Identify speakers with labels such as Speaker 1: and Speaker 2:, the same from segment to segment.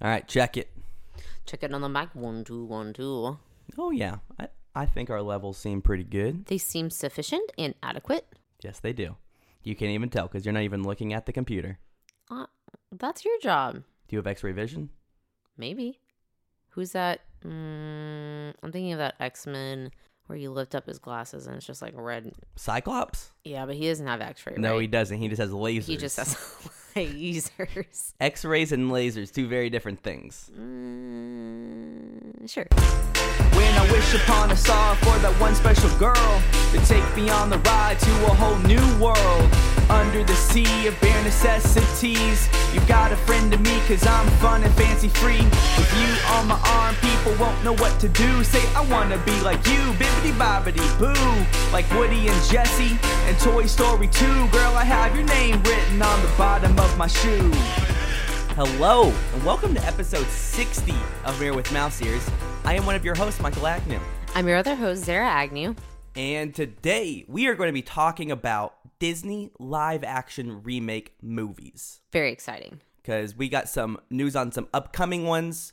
Speaker 1: All right, check it.
Speaker 2: Check it on the mic. One, two, one, two.
Speaker 1: Oh yeah, I, I think our levels seem pretty good.
Speaker 2: They seem sufficient and adequate.
Speaker 1: Yes, they do. You can't even tell because you're not even looking at the computer.
Speaker 2: Uh, that's your job.
Speaker 1: Do you have X-ray vision?
Speaker 2: Maybe. Who's that? Mm, I'm thinking of that X Men where you lift up his glasses and it's just like red.
Speaker 1: Cyclops?
Speaker 2: Yeah, but he doesn't have X ray.
Speaker 1: No,
Speaker 2: right?
Speaker 1: he doesn't. He just has lasers.
Speaker 2: He just has lasers.
Speaker 1: X-rays and lasers, two very different things.
Speaker 2: Mm, sure.
Speaker 3: When I wish upon a star for that one special girl to take me on the ride to a whole new world. Under the sea of bare necessities, you got a friend to me cause I'm fun and fancy free. With you on my arm, people won't know what to do. Say, I wanna be like you, bibbity bobbity boo. Like Woody and Jesse and Toy Story 2. Girl, I have your name written on the bottom of my shoe.
Speaker 1: Hello, and welcome to episode 60 of Mirror with Mouse Ears. I am one of your hosts, Michael Agnew.
Speaker 2: I'm your other host, Zara Agnew.
Speaker 1: And today we are going to be talking about Disney live action remake movies
Speaker 2: Very exciting.
Speaker 1: because we got some news on some upcoming ones.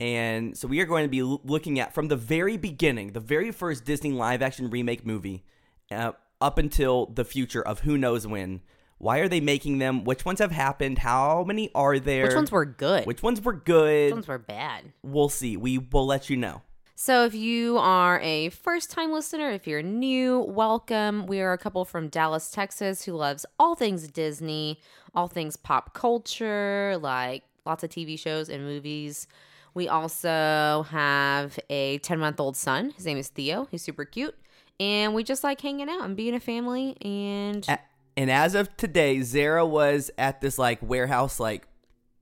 Speaker 1: And so we are going to be l- looking at from the very beginning, the very first Disney live action remake movie uh, up until the future of who knows when. Why are they making them? Which ones have happened? How many are there?
Speaker 2: Which ones were good?
Speaker 1: Which ones were good?
Speaker 2: Which ones were bad?
Speaker 1: we'll see. We will let you know.
Speaker 2: So, if you are a first time listener, if you're new, welcome. We are a couple from Dallas, Texas, who loves all things Disney, all things pop culture, like lots of TV shows and movies. We also have a 10 month old son. His name is Theo. He's super cute. And we just like hanging out and being a family. And
Speaker 1: A- and as of today, Zara was at this like warehouse like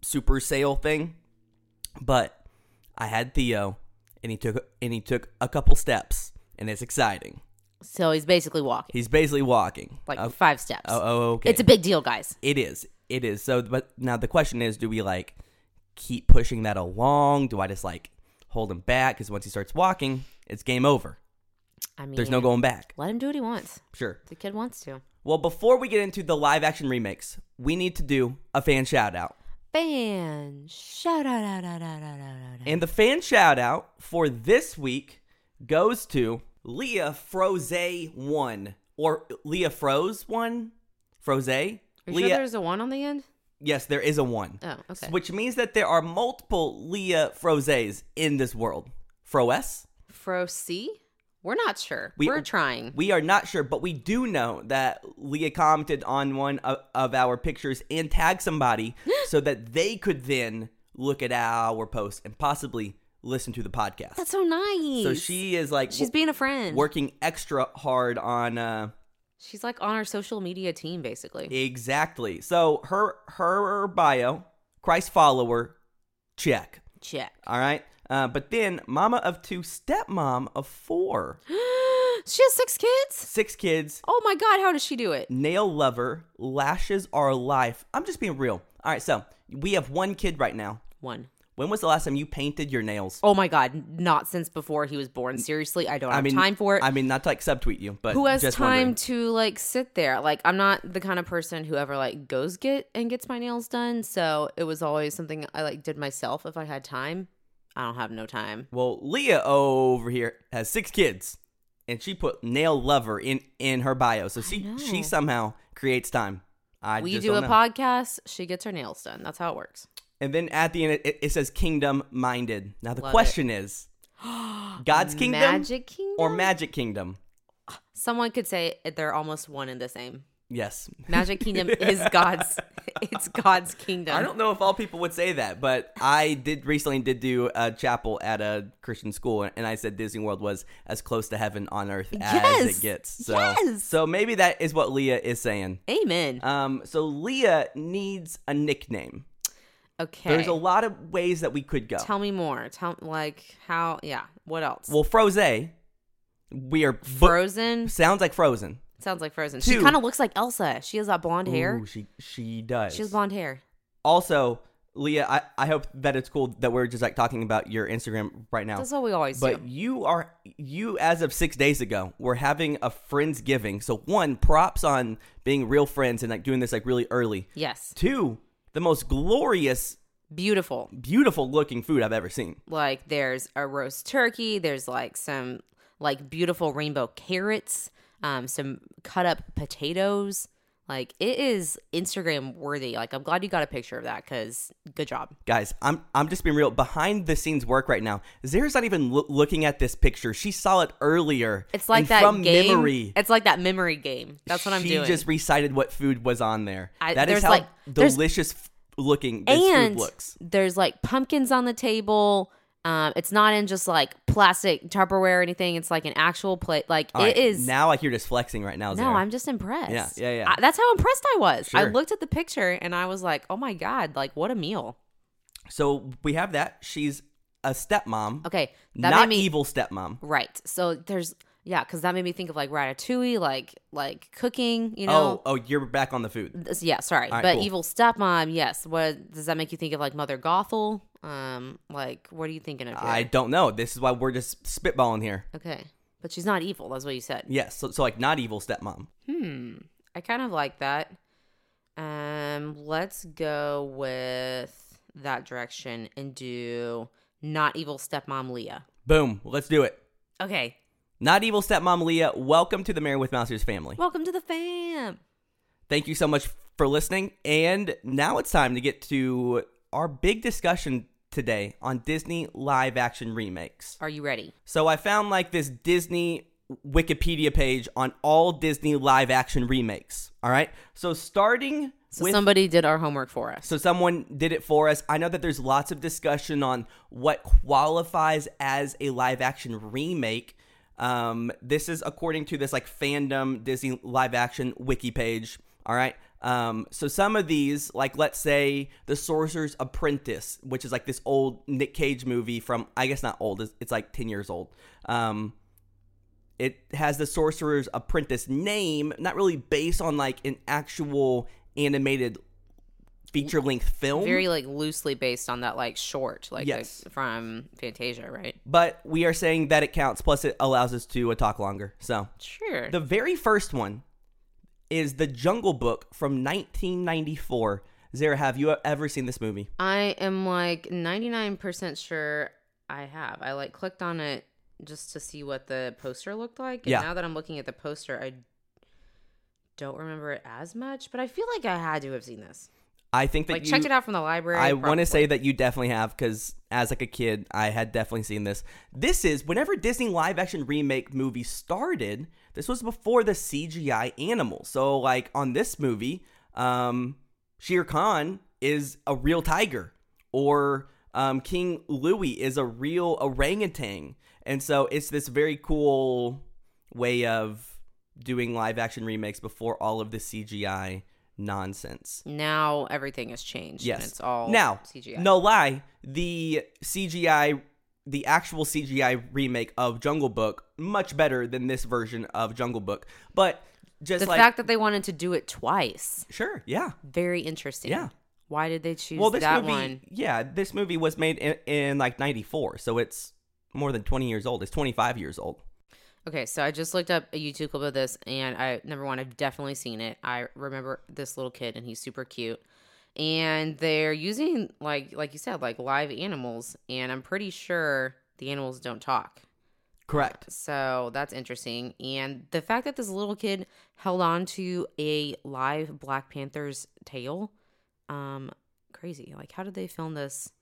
Speaker 1: super sale thing, but I had Theo, and he took and he took a couple steps, and it's exciting.
Speaker 2: so he's basically walking
Speaker 1: He's basically walking.
Speaker 2: like
Speaker 1: oh,
Speaker 2: five steps.
Speaker 1: oh, oh, okay.
Speaker 2: It's a big deal, guys.
Speaker 1: it is. It is. So, but now the question is, do we like keep pushing that along? Do I just like hold him back? Because once he starts walking, it's game over.
Speaker 2: I mean,
Speaker 1: There's no going back.
Speaker 2: Let him do what he wants.
Speaker 1: Sure.
Speaker 2: The kid wants to.
Speaker 1: Well, before we get into the live action remakes, we need to do a fan shout out.
Speaker 2: Fan shout out out out out out out out.
Speaker 1: And the fan shout out for this week goes to Leah Froze1 or Leah Froze1? Froze?
Speaker 2: Are you
Speaker 1: Leah.
Speaker 2: sure there's a one on the end?
Speaker 1: yes, there is a 1.
Speaker 2: Oh, okay.
Speaker 1: Which means that there are multiple Leah Frozes in this world. Froes?
Speaker 2: Fro C? We're not sure.
Speaker 1: We-
Speaker 2: We, are trying.
Speaker 1: We are not sure, but we do know that Leah commented on one of, of our pictures and tagged somebody so that they could then look at our post and possibly listen to the podcast.
Speaker 2: That's so nice.
Speaker 1: so she is like
Speaker 2: she's being a friend.
Speaker 1: working extra hard on uh
Speaker 2: She's like on our social media team, basically.
Speaker 1: exactly. So her her bio, Christ follower, check.
Speaker 2: Check.
Speaker 1: All right. Uh, but then mama of two, stepmom of four,
Speaker 2: She has six kids.
Speaker 1: six kids,
Speaker 2: Oh my god, how does she do it?
Speaker 1: nail lover, lashes are life. I'm just being real. All right, so we have one kid right now.
Speaker 2: One.
Speaker 1: When was the last time you painted your nails?
Speaker 2: Oh my god, not since before he was born. Seriously, I don't have time for it.
Speaker 1: I mean, not to like subtweet you, but
Speaker 2: who has
Speaker 1: just
Speaker 2: time
Speaker 1: wondering.
Speaker 2: to like sit there like i'm not the kind of person who ever like goes get and gets my nails done so it was always something i like did myself if i had time i don't have no time
Speaker 1: Well, Leah over here has six kids, and she put nail lover in in her bio, so she
Speaker 2: know.
Speaker 1: she somehow creates time. I
Speaker 2: we
Speaker 1: just
Speaker 2: do a
Speaker 1: don't know.
Speaker 2: podcast she gets her nails done that's how it works
Speaker 1: and then at the end it, it says kingdom minded. Now the
Speaker 2: Love it.
Speaker 1: question is, God's kingdom
Speaker 2: magic kingdom
Speaker 1: or magic kingdom?
Speaker 2: someone could say it- they're almost one and the same
Speaker 1: Yes,
Speaker 2: magic kingdom is god's it's god's kingdom
Speaker 1: I don't know if all people would say that, but I did recently did do a chapel at a Christian school, and I said Disney World was as close to heaven on earth as
Speaker 2: Yes!
Speaker 1: it gets. So,
Speaker 2: Yes!
Speaker 1: so maybe that is what Leah is saying.
Speaker 2: amen
Speaker 1: Um, so Leah needs a nickname.
Speaker 2: okay
Speaker 1: There's a lot of ways that we could go.
Speaker 2: tell me more tell like how yeah what else
Speaker 1: well, Froze, we are bo-
Speaker 2: frozen
Speaker 1: sounds like Frozen.
Speaker 2: Sounds like Frozen. She
Speaker 1: Two.
Speaker 2: kind of looks like Elsa. She has that blonde hair.
Speaker 1: Ooh, she she does.
Speaker 2: She has blonde hair.
Speaker 1: Also, Leah, I, I hope that it's cool that we're just like talking about your Instagram right now.
Speaker 2: That's what we always
Speaker 1: But
Speaker 2: do.
Speaker 1: you are you as of six days ago were having a friends giving. So one, props on being real friends and like doing this like really early.
Speaker 2: Yes.
Speaker 1: Two, the most glorious
Speaker 2: beautiful.
Speaker 1: Beautiful looking food I've ever seen.
Speaker 2: Like there's a roast turkey, there's like some like beautiful rainbow carrots, um, some cut up potatoes. Like it is Instagram worthy. Like I'm glad you got a picture of that because good job.
Speaker 1: Guys, I'm I'm just being real. Behind the scenes work right now, Zara's not even loo- looking at this picture. She saw it earlier.
Speaker 2: It's like
Speaker 1: and
Speaker 2: that
Speaker 1: from
Speaker 2: game.
Speaker 1: memory.
Speaker 2: It's like that memory game. That's what I'm
Speaker 1: she
Speaker 2: doing.
Speaker 1: just recited what food was on there.
Speaker 2: I-
Speaker 1: that
Speaker 2: there's
Speaker 1: is how
Speaker 2: like- there's-
Speaker 1: delicious f- looking this
Speaker 2: and
Speaker 1: food looks.
Speaker 2: there's like pumpkins on the table. Um, it's not in just like plastic Tupperware or anything. It's like an actual plate. Like
Speaker 1: All
Speaker 2: it
Speaker 1: right,
Speaker 2: is.
Speaker 1: now. Like you're just flexing right now,
Speaker 2: no,
Speaker 1: Zara.
Speaker 2: I'm just impressed.
Speaker 1: Yeah, yeah, yeah.
Speaker 2: I- that's how impressed I was. I
Speaker 1: Sure.
Speaker 2: looked at the picture and I was like, oh my god, like what a meal.
Speaker 1: so we have that. She's a stepmom.
Speaker 2: Okay, that
Speaker 1: not
Speaker 2: made me
Speaker 1: evil stepmom.
Speaker 2: right. So there's yeah, because that made me think of like ratatouille, like like cooking. You know.
Speaker 1: Oh, oh, you're back on the food.
Speaker 2: This- yeah, sorry,
Speaker 1: All right,
Speaker 2: but
Speaker 1: cool.
Speaker 2: evil stepmom. Yes. What does that make you think of? Like Mother Gothel. Um, like what are you thinking of? Here?
Speaker 1: I don't know. This is why we're just spitballing here.
Speaker 2: Okay. But she's not evil. That's what you said.
Speaker 1: Yes, so, so like not evil stepmom.
Speaker 2: Hmm. I kind of like that. Um, let's go with that direction and do not evil stepmom Leah.
Speaker 1: Boom. Let's do it.
Speaker 2: Okay.
Speaker 1: Not evil stepmom Leah. Welcome to the Married with Mousers family.
Speaker 2: Welcome to the fam.
Speaker 1: Thank you so much for listening. And now it's time to get to our big discussion today on Disney live action remakes.
Speaker 2: Are you ready?
Speaker 1: So I found like this Disney Wikipedia page on all Disney live action remakes. All right. So starting
Speaker 2: So
Speaker 1: with
Speaker 2: somebody did our homework for us.
Speaker 1: so someone did it for us. I know that there's lots of discussion on what qualifies as a live action remake. Um, this is according to this like fandom Disney live action wiki page. All right. Um, so some of these, like let's say The Sorcerer's Apprentice, which is like this old Nick Cage movie from I guess not old, it's, it's like ten years old. Um, it has the sorcerer's apprentice name not really based on like an actual animated feature length film
Speaker 2: Very like loosely based on that like short, like,
Speaker 1: Yes.
Speaker 2: like, from Fantasia, right?
Speaker 1: but we are saying that it counts plus it allows us to uh, talk longer so
Speaker 2: Sure.
Speaker 1: the very first one is the jungle book from 1994 zara have you ever seen this movie
Speaker 2: I am like 99% sure I have. I like clicked on it just to see what the poster looked like. And
Speaker 1: Yeah.
Speaker 2: now that I'm looking at the poster, I don't remember it as much, but I feel like I had to have seen this.
Speaker 1: i think that
Speaker 2: Like,
Speaker 1: you
Speaker 2: checked it out from the library.
Speaker 1: I want
Speaker 2: probably.
Speaker 1: to say that you definitely have because as like a kid, I had definitely seen this. This is whenever Disney live action remake movie started. This was before the CGI animal. So like on this movie, um, Shere Khan is a real tiger, or um, King Louis is a real orangutan, and so it's this very cool way of doing live action remakes before all of the CGI nonsense.
Speaker 2: Now everything has changed.
Speaker 1: Yes.
Speaker 2: And it's all
Speaker 1: now,
Speaker 2: CGI.
Speaker 1: No lie, the CGI, the actual CGI remake of Jungle Book, much better than this version of Jungle Book. But just
Speaker 2: The
Speaker 1: like,
Speaker 2: fact that they wanted to do it twice,
Speaker 1: sure, yeah.
Speaker 2: very interesting.
Speaker 1: Yeah.
Speaker 2: Why did they choose
Speaker 1: Well, this
Speaker 2: that
Speaker 1: movie,
Speaker 2: one?
Speaker 1: yeah, this movie was made in, in like '94, so it's more than 20 years old. It's 25 years old.
Speaker 2: Okay, so I just looked up a YouTube clip of this, and I number one, I've definitely seen it. I remember this little kid, and he's super cute. And they're using like like you said, like live animals, and I'm pretty sure the animals don't talk.
Speaker 1: Correct.
Speaker 2: So that's interesting. And the fact that this little kid held on to a live Black Panther's tail, um, crazy. Like, how did they film this,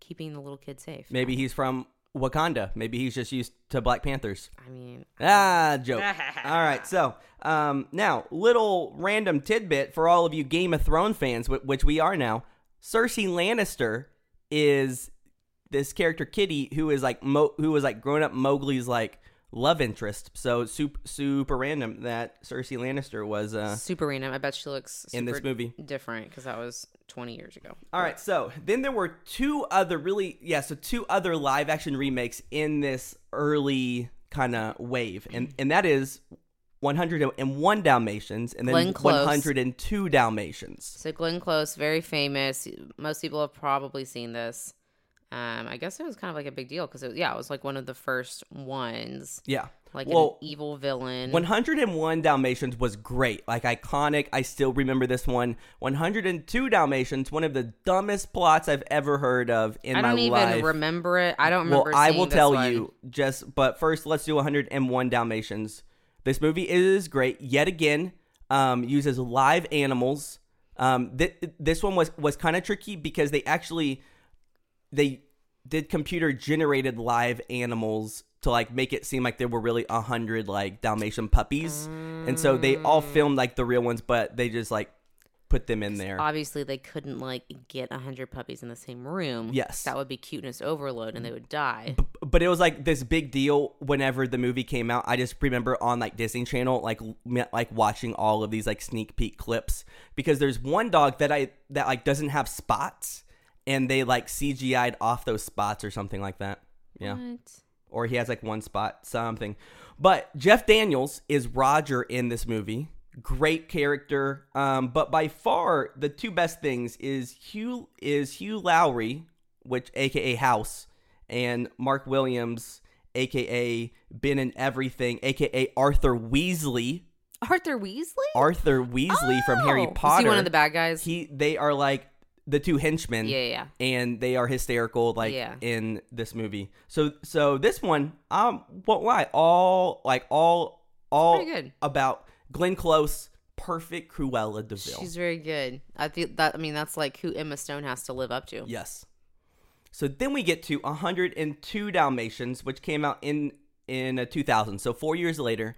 Speaker 2: keeping the little kid safe?
Speaker 1: Maybe he's from Wakanda. Maybe he's just used to Black Panthers.
Speaker 2: I mean,
Speaker 1: Ah, joke. all right, so um, now little random tidbit for all of you Game of Thrones fans, wh- which we are now. Cersei Lannister is this character Kitty who is like Mo- who was like grown up Mowgli's like love interest. So super super random that Cersei Lannister was uh,
Speaker 2: super random. I bet she looks super
Speaker 1: in this movie.
Speaker 2: different because that was 20 years ago.
Speaker 1: All right, so then there were two other really yeah, so two other live action remakes in this early kind of wave, and and that is 101 Dalmatians and then
Speaker 2: Glenn Close.
Speaker 1: 102 Dalmatians.
Speaker 2: So Glenn Close, very famous. Most people have probably seen this. Um, I guess it was kind of like a big deal because yeah, it was like one of the first ones.
Speaker 1: Yeah,
Speaker 2: like
Speaker 1: Well,
Speaker 2: an evil villain.
Speaker 1: 101 Dalmatians was great, like iconic. I still remember this one. 102 Dalmatians, one of the dumbest plots I've ever heard of in
Speaker 2: I
Speaker 1: my
Speaker 2: don't even
Speaker 1: life.
Speaker 2: remember it. I don't
Speaker 1: well,
Speaker 2: remember.
Speaker 1: I
Speaker 2: seeing
Speaker 1: will
Speaker 2: this
Speaker 1: tell
Speaker 2: one.
Speaker 1: you just, but first let's do 101 Dalmatians. This movie is great yet again. Um, uses live animals. Um, th- this one was was kind of tricky because they actually they did computer generated live animals to like make it seem like there were really a hundred like Dalmatian puppies, and so they all
Speaker 2: Mm.
Speaker 1: filmed like the real ones, but they just like put them in there.
Speaker 2: Obviously, they couldn't like get a hundred puppies in the same room.
Speaker 1: Yes.
Speaker 2: that would be cuteness overload, and they would die.
Speaker 1: but it was like this big deal whenever the movie came out. I just remember on like Disney Channel, like m- like watching all of these like sneak peek clips because there's one dog that I that like doesn't have spots, and they like CGI'd off those spots or something like that. Yeah,
Speaker 2: What?
Speaker 1: or he has like one spot, something. But Jeff Daniels is Roger in this movie. Great character. Um, but by far the two best things is Hugh is Hugh Lowry, which aka House, and Mark Williams, aka Ben and Everything, aka Arthur Weasley.
Speaker 2: Arthur Weasley?
Speaker 1: Arthur Weasley from Harry
Speaker 2: Oh!
Speaker 1: Potter.
Speaker 2: Is he one of the bad guys?
Speaker 1: He they are like the two henchmen
Speaker 2: yeah, yeah.
Speaker 1: and they are hysterical like
Speaker 2: Yeah.
Speaker 1: in this movie. So so this one, um won't lie, all like all all
Speaker 2: pretty good.
Speaker 1: about Glenn Close, perfect Cruella Deville.
Speaker 2: She's very good. I feel that. I mean, that's like who Emma Stone has to live up to.
Speaker 1: yes. So then we get to 102 Dalmatians, which came out in in uh, 2000. So four years later,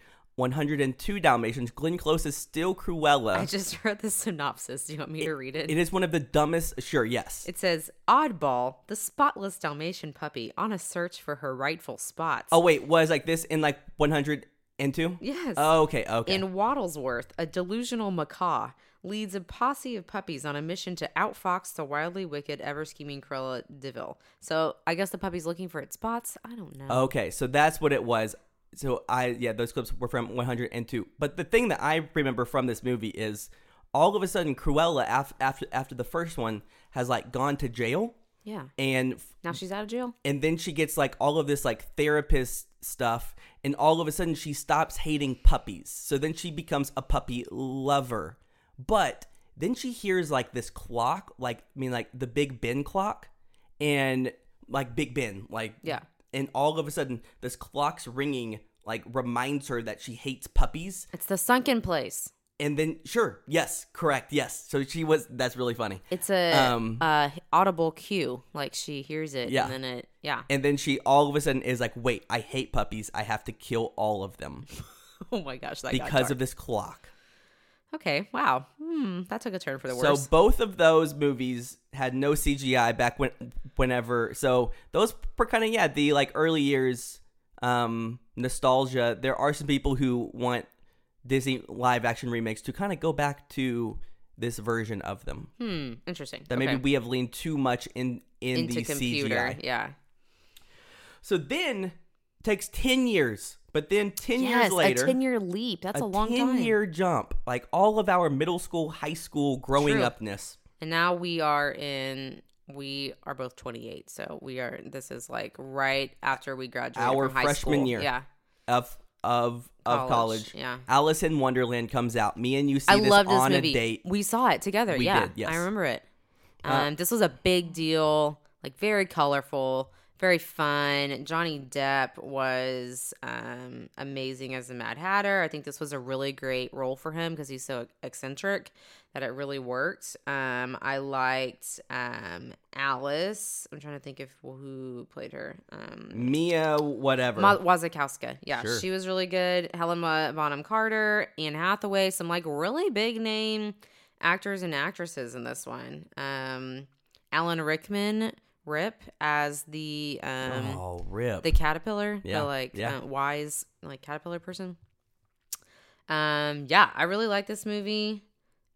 Speaker 1: 102 Dalmatians. Glenn Close is still Cruella.
Speaker 2: I just read the synopsis. Do you want me to read it?
Speaker 1: it is one of the dumbest. Sure, yes.
Speaker 2: It says, Oddball, the spotless Dalmatian puppy on a search for her rightful spots.
Speaker 1: oh wait, was like this in like 102?
Speaker 2: yes.
Speaker 1: Oh, Okay, okay.
Speaker 2: In Waddlesworth, a delusional macaw leads a posse of puppies on a mission to outfox the wildly wicked, ever scheming Cruella Deville. So I guess the puppy's looking for its spots. I don't know.
Speaker 1: Okay, so that's what it was. So I yeah, those clips were from 102. But the thing that I remember from this movie is all of a sudden Cruella af- after after the first one has like gone to jail
Speaker 2: Yeah.
Speaker 1: and
Speaker 2: Now she's out of jail.
Speaker 1: and then she gets like all of this like therapist stuff and all of a sudden she stops hating puppies. So then she becomes a puppy lover. But then she hears like this clock, like I mean like the Big Ben clock and like Big Ben, like
Speaker 2: Yeah.
Speaker 1: and all of a sudden this clock's ringing like reminds her that she hates puppies
Speaker 2: It's the sunken place.
Speaker 1: and then sure yes correct yes so she was that's really funny
Speaker 2: It's a
Speaker 1: Um,
Speaker 2: uh, audible cue. Like she hears it
Speaker 1: Yeah.
Speaker 2: and then it, yeah.
Speaker 1: and then she all of a sudden is like wait i hate puppies i have to kill all of them
Speaker 2: oh my gosh, that got
Speaker 1: because
Speaker 2: dark.
Speaker 1: of this clock
Speaker 2: Okay, wow. Hmm, that took a turn for the
Speaker 1: so
Speaker 2: worse.
Speaker 1: both of those movies had no cgi back when whenever so those were kind of yeah the like early years um nostalgia there are some people who want disney live action remakes to kind of go back to this version of them
Speaker 2: hmm, interesting.
Speaker 1: that maybe we have leaned too much in in
Speaker 2: into
Speaker 1: the
Speaker 2: computer.
Speaker 1: CGI.
Speaker 2: Yeah.
Speaker 1: So then takes ten years, but then ten years later,
Speaker 2: a ten year leap. That's a, long time.
Speaker 1: year jump. Like all of our middle school, high school, growing
Speaker 2: True.
Speaker 1: upness.
Speaker 2: And now we are in. We are both twenty eight, so we are. This is like right after we graduated
Speaker 1: Our
Speaker 2: from high
Speaker 1: freshman
Speaker 2: school.
Speaker 1: year.
Speaker 2: Yeah.
Speaker 1: of of of
Speaker 2: College,
Speaker 1: college.
Speaker 2: yeah.
Speaker 1: Alice in Wonderland comes out. Me and you see
Speaker 2: I
Speaker 1: this
Speaker 2: love this
Speaker 1: on
Speaker 2: movie.
Speaker 1: a date.
Speaker 2: We saw it together.
Speaker 1: We
Speaker 2: yeah,
Speaker 1: did, yes. Uh,
Speaker 2: I remember it. Um, this was a big deal. Like very colorful, very fun. Johnny Depp was um, amazing as the Mad Hatter. I think this was a really great role for him because he's so eccentric that it really worked. Um, I liked um, Alice. I'm trying to think if who played her. Um,
Speaker 1: Mia, whatever.
Speaker 2: Ma- Wazakowska. Yeah,
Speaker 1: Sure.
Speaker 2: she was really good. Helen Wa- Bonham Carter, Anne Hathaway, some like really big name actors and actresses in this one. Um, Alan Rickman, Rip, as the um,
Speaker 1: oh rip.
Speaker 2: the caterpillar,
Speaker 1: Yeah,
Speaker 2: the like
Speaker 1: yeah.
Speaker 2: uh, wise like caterpillar person. Um, yeah, I really like this movie.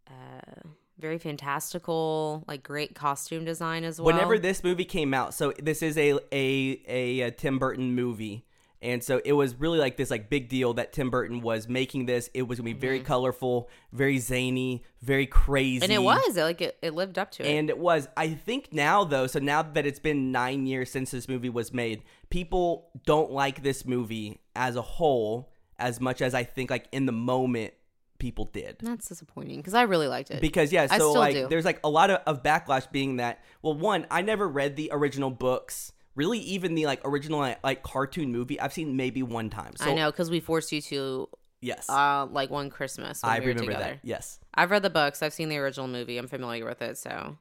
Speaker 2: Uh, very fantastical, like great costume design as well.
Speaker 1: Whenever this movie came out, so this is a a a, uh Tim Burton movie, And so it was really like this like big deal that Tim Burton was making this. It was gonna be very colorful, very zany, very crazy.
Speaker 2: Mm-hmm. And it was it, like it, it lived up to it.
Speaker 1: And it was. I think now though, so now that it's been nine years since this movie was made, people don't like this movie as a whole as much as I think like in the moment people did.
Speaker 2: That's disappointing because I really liked it.
Speaker 1: Because yeah,
Speaker 2: Mm. I
Speaker 1: so
Speaker 2: still
Speaker 1: like
Speaker 2: do.
Speaker 1: there's like a lot of, of backlash being that well, one, I never read the original books. Really, even the like original like, like cartoon movie, I've seen maybe one time. So
Speaker 2: I know because we forced you to
Speaker 1: Yes,
Speaker 2: uh, like one Christmas. When
Speaker 1: I
Speaker 2: we were
Speaker 1: remember
Speaker 2: together.
Speaker 1: that. Yes.
Speaker 2: I've read the books. I've seen the original movie. I'm familiar with it. So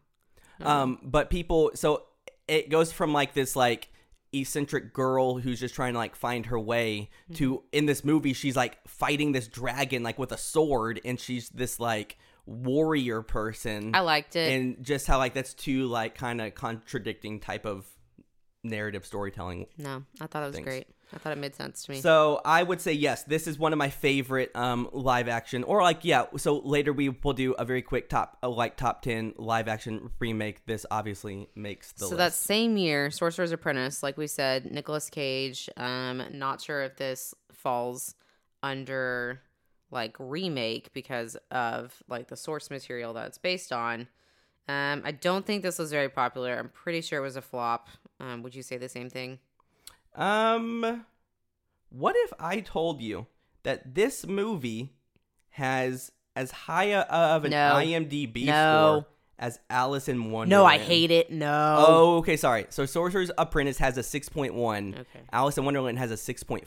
Speaker 2: Uh-huh.
Speaker 1: Um, but people, so it goes from like this like eccentric girl who's just trying to like find her way
Speaker 2: Mm-hmm.
Speaker 1: to in this movie she's like fighting this dragon like with a sword and she's this like warrior person
Speaker 2: I liked it.
Speaker 1: Mm. and just how like that's two like kind of contradicting type of narrative storytelling
Speaker 2: no, I thought it was
Speaker 1: Thanks.
Speaker 2: great. I thought it made sense to me.
Speaker 1: so I would say yes, this is one of my favorite um live action or like yeah, so later we will do a very quick top uh, like top 10 live action remake. This obviously makes the
Speaker 2: so
Speaker 1: list.
Speaker 2: that same year, Sorcerer's Apprentice, like we said, Nicolas Cage. Um, not sure if this falls under like remake because of like the source material that it's based on. Um, I don't think this was very popular. I'm pretty sure it was a flop. Um, would you say the same thing?
Speaker 1: Um, what if I told you that this movie has as high a, of an
Speaker 2: No.
Speaker 1: IMDb
Speaker 2: No.
Speaker 1: score as Alice in Wonderland?
Speaker 2: No, I hate it. No.
Speaker 1: Oh, okay, sorry. So Sorcerer's Apprentice has a 6.1.
Speaker 2: Okay.
Speaker 1: Alice in Wonderland has a 6.4.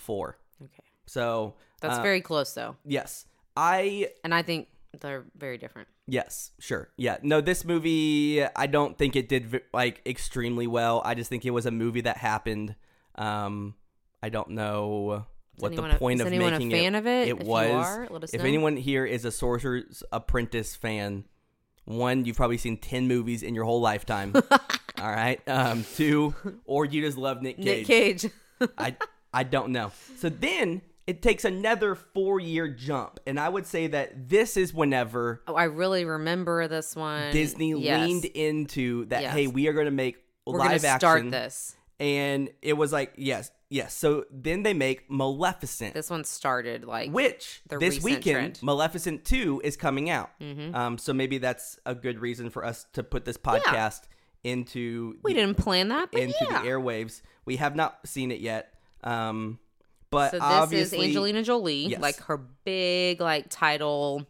Speaker 2: Okay.
Speaker 1: So
Speaker 2: That's
Speaker 1: uh,
Speaker 2: very close though.
Speaker 1: yes. I
Speaker 2: And I think they're very different.
Speaker 1: Yes, sure. Yeah. No, this movie, I don't think it did v- like extremely well. I just think it was a movie that happened. Um, I don't know
Speaker 2: Is
Speaker 1: what
Speaker 2: anyone
Speaker 1: the
Speaker 2: a-
Speaker 1: point
Speaker 2: is
Speaker 1: of
Speaker 2: anyone a
Speaker 1: making
Speaker 2: fan
Speaker 1: it.
Speaker 2: of it? If you
Speaker 1: was.
Speaker 2: are, let us
Speaker 1: if
Speaker 2: know.
Speaker 1: anyone here is a Sorcerer's Apprentice fan, one, you've probably seen ten movies in your whole lifetime. All right. Um, two, or you just love Nick Cage.
Speaker 2: Nick Cage.
Speaker 1: I I don't know. So then it takes another four year jump, and I would say that this is whenever
Speaker 2: oh, I really remember this one.
Speaker 1: Disney
Speaker 2: Yes.
Speaker 1: leaned into that.
Speaker 2: Yes.
Speaker 1: Hey, we are going to make
Speaker 2: We're gonna
Speaker 1: live
Speaker 2: start
Speaker 1: action,
Speaker 2: this.
Speaker 1: and it was like yes, yes. So then they make Maleficent,
Speaker 2: This one started like
Speaker 1: which
Speaker 2: the
Speaker 1: this
Speaker 2: recent
Speaker 1: weekend
Speaker 2: trend. Mm-hmm.
Speaker 1: Maleficent Two is coming out. Um, so maybe that's a good reason for us to put this podcast into
Speaker 2: we
Speaker 1: the,
Speaker 2: didn't plan that, but
Speaker 1: into
Speaker 2: yeah.
Speaker 1: the airwaves. We have not seen it yet, um, but
Speaker 2: so this
Speaker 1: obviously
Speaker 2: is Angelina Jolie,
Speaker 1: Yes.
Speaker 2: like her big like title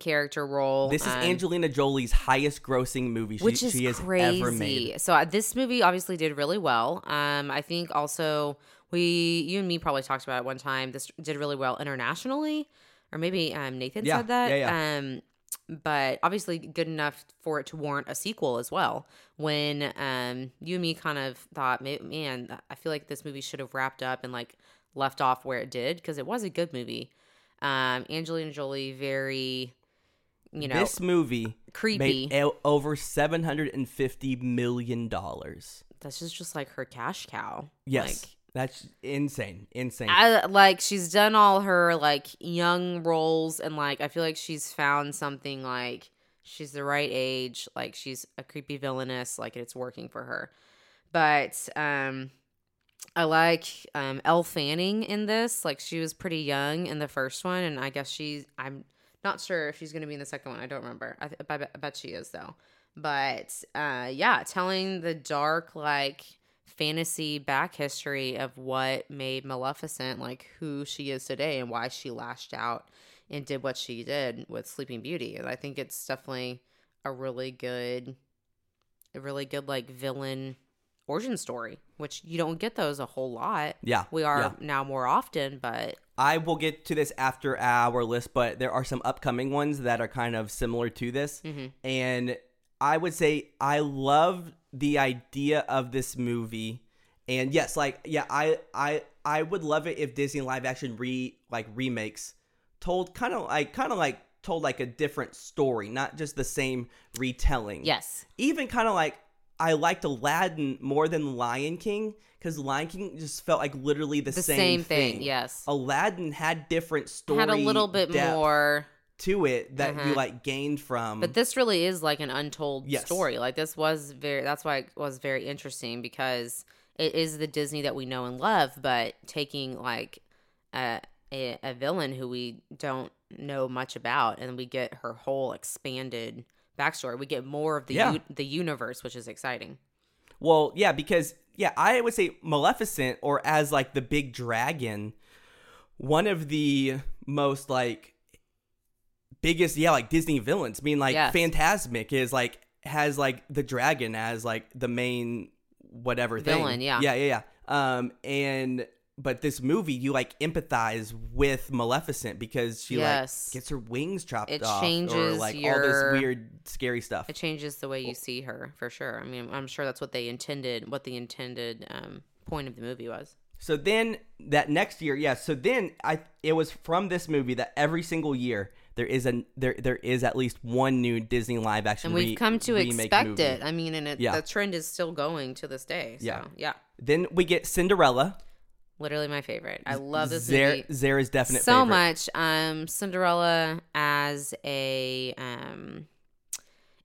Speaker 2: character role.
Speaker 1: This is
Speaker 2: um,
Speaker 1: Angelina Jolie's highest grossing movie she,
Speaker 2: which is
Speaker 1: she has
Speaker 2: crazy.
Speaker 1: ever made.
Speaker 2: So uh, this movie obviously did really well. Um, I think also we, you and me, probably talked about it one time. This did really well internationally, or maybe um, Nathan
Speaker 1: Yeah,
Speaker 2: said that.
Speaker 1: yeah, yeah.
Speaker 2: Um, but obviously good enough for it to warrant a sequel as well. When um, you and me kind of thought, "Ma- man, I feel like this movie should have wrapped up and like left off where it did because it was a good movie. Um, Angelina Jolie, very. You know,
Speaker 1: this movie
Speaker 2: creepy.
Speaker 1: made o- over seven hundred and fifty million dollars.
Speaker 2: that's just just like her cash cow.
Speaker 1: Yes,
Speaker 2: Like,
Speaker 1: that's insane, insane.
Speaker 2: I like she's done all her like young roles and like I feel like she's found something like she's the right age, like she's a creepy villainess, like it's working for her. But um I like um Elle Fanning in this. Like she was pretty young in the first one and I guess she's I'm not sure if she's going to be in the second one. I don't remember. I, th- I, bet, I bet she is though. But uh yeah, telling the dark like fantasy back history of what made Maleficent like who she is today and why she lashed out and did what she did with Sleeping Beauty. And I think it's definitely a really good a really good like villain origin story, which you don't get those a whole lot.
Speaker 1: yeah,
Speaker 2: We are
Speaker 1: yeah.
Speaker 2: now more often, but
Speaker 1: I will get to this after our list, but there are some upcoming ones that are kind of similar to this,
Speaker 2: Mhm.
Speaker 1: and I would say I love the idea of this movie. And yes, like yeah, I I I would love it if Disney live action re like remakes told kind of like kind of like told like a different story, not just the same retelling.
Speaker 2: yes.
Speaker 1: even kind of like I liked Aladdin more than Lion King because Lion King just felt like literally the,
Speaker 2: The
Speaker 1: same,
Speaker 2: same, thing, yes.
Speaker 1: Aladdin had different story.
Speaker 2: Had a little bit
Speaker 1: depth
Speaker 2: more
Speaker 1: to it that you
Speaker 2: Uh-huh.
Speaker 1: like gained from.
Speaker 2: But this really is like an untold
Speaker 1: Mm-hmm. Yes.
Speaker 2: story. Like this was very that's why it was very interesting because it is the Disney that we know and love, but taking like a a, a villain who we don't know much about and we get her whole expanded backstory. We get more of the
Speaker 1: Yeah.
Speaker 2: u- the universe, which is exciting.
Speaker 1: Well, yeah, because yeah, I would say Maleficent or as like the big dragon, one of the most like biggest yeah, like Disney villains. I mean like
Speaker 2: Yes.
Speaker 1: Phantasmic is like has like the dragon as like the main whatever
Speaker 2: Villain,
Speaker 1: thing.
Speaker 2: yeah.
Speaker 1: Yeah, yeah, yeah. Um and but this movie you like empathize with Maleficent because she
Speaker 2: Yes.
Speaker 1: like gets her wings chopped
Speaker 2: It
Speaker 1: off or
Speaker 2: changes
Speaker 1: like all
Speaker 2: your-
Speaker 1: this weird scary stuff.
Speaker 2: It changes the way you see her for sure. I mean, I'm sure that's what they intended, what the intended um, point of the movie was.
Speaker 1: So then that next year, yeah. So then I it was from this movie that every single year there is a there there is at least one new Disney live action.
Speaker 2: And we've
Speaker 1: re-
Speaker 2: come to
Speaker 1: remake
Speaker 2: expect
Speaker 1: movie.
Speaker 2: it. I mean, and it,
Speaker 1: Yeah.
Speaker 2: the trend is still going to this day. So,
Speaker 1: Yeah.
Speaker 2: yeah.
Speaker 1: Then we get Cinderella.
Speaker 2: Literally my favorite. I love this
Speaker 1: Zare,
Speaker 2: movie
Speaker 1: Zara's
Speaker 2: so
Speaker 1: definite favorite.
Speaker 2: much. Um, Cinderella as a um,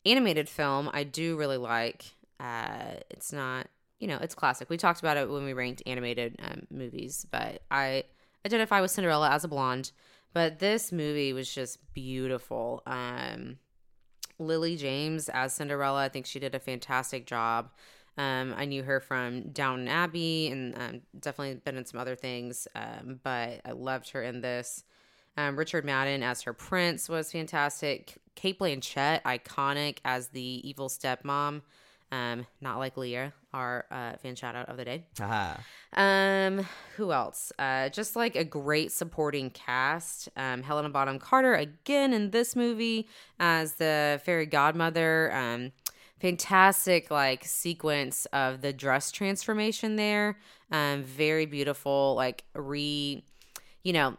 Speaker 2: animated film, I do really like. Uh, it's not, you know, it's classic. We talked about it when we ranked animated um, movies, but I identify with Cinderella as a blonde. But this movie was just beautiful. Um, Lily James as Cinderella, I think she did a fantastic job. Um, I knew her from Downton Abbey and um, definitely been in some other things, um, but I loved her in this. Um, Richard Madden as her prince was fantastic. Kate Blanchett, iconic as the evil stepmom, um, not like Leah, our uh, fan shout out of the day.
Speaker 1: Aha.
Speaker 2: Um, who else? Uh, just like a great supporting cast. Um, Helena Bonham Carter again in this movie as the fairy godmother. Um, fantastic like sequence of the dress transformation there. Um, very beautiful. Like re, you know,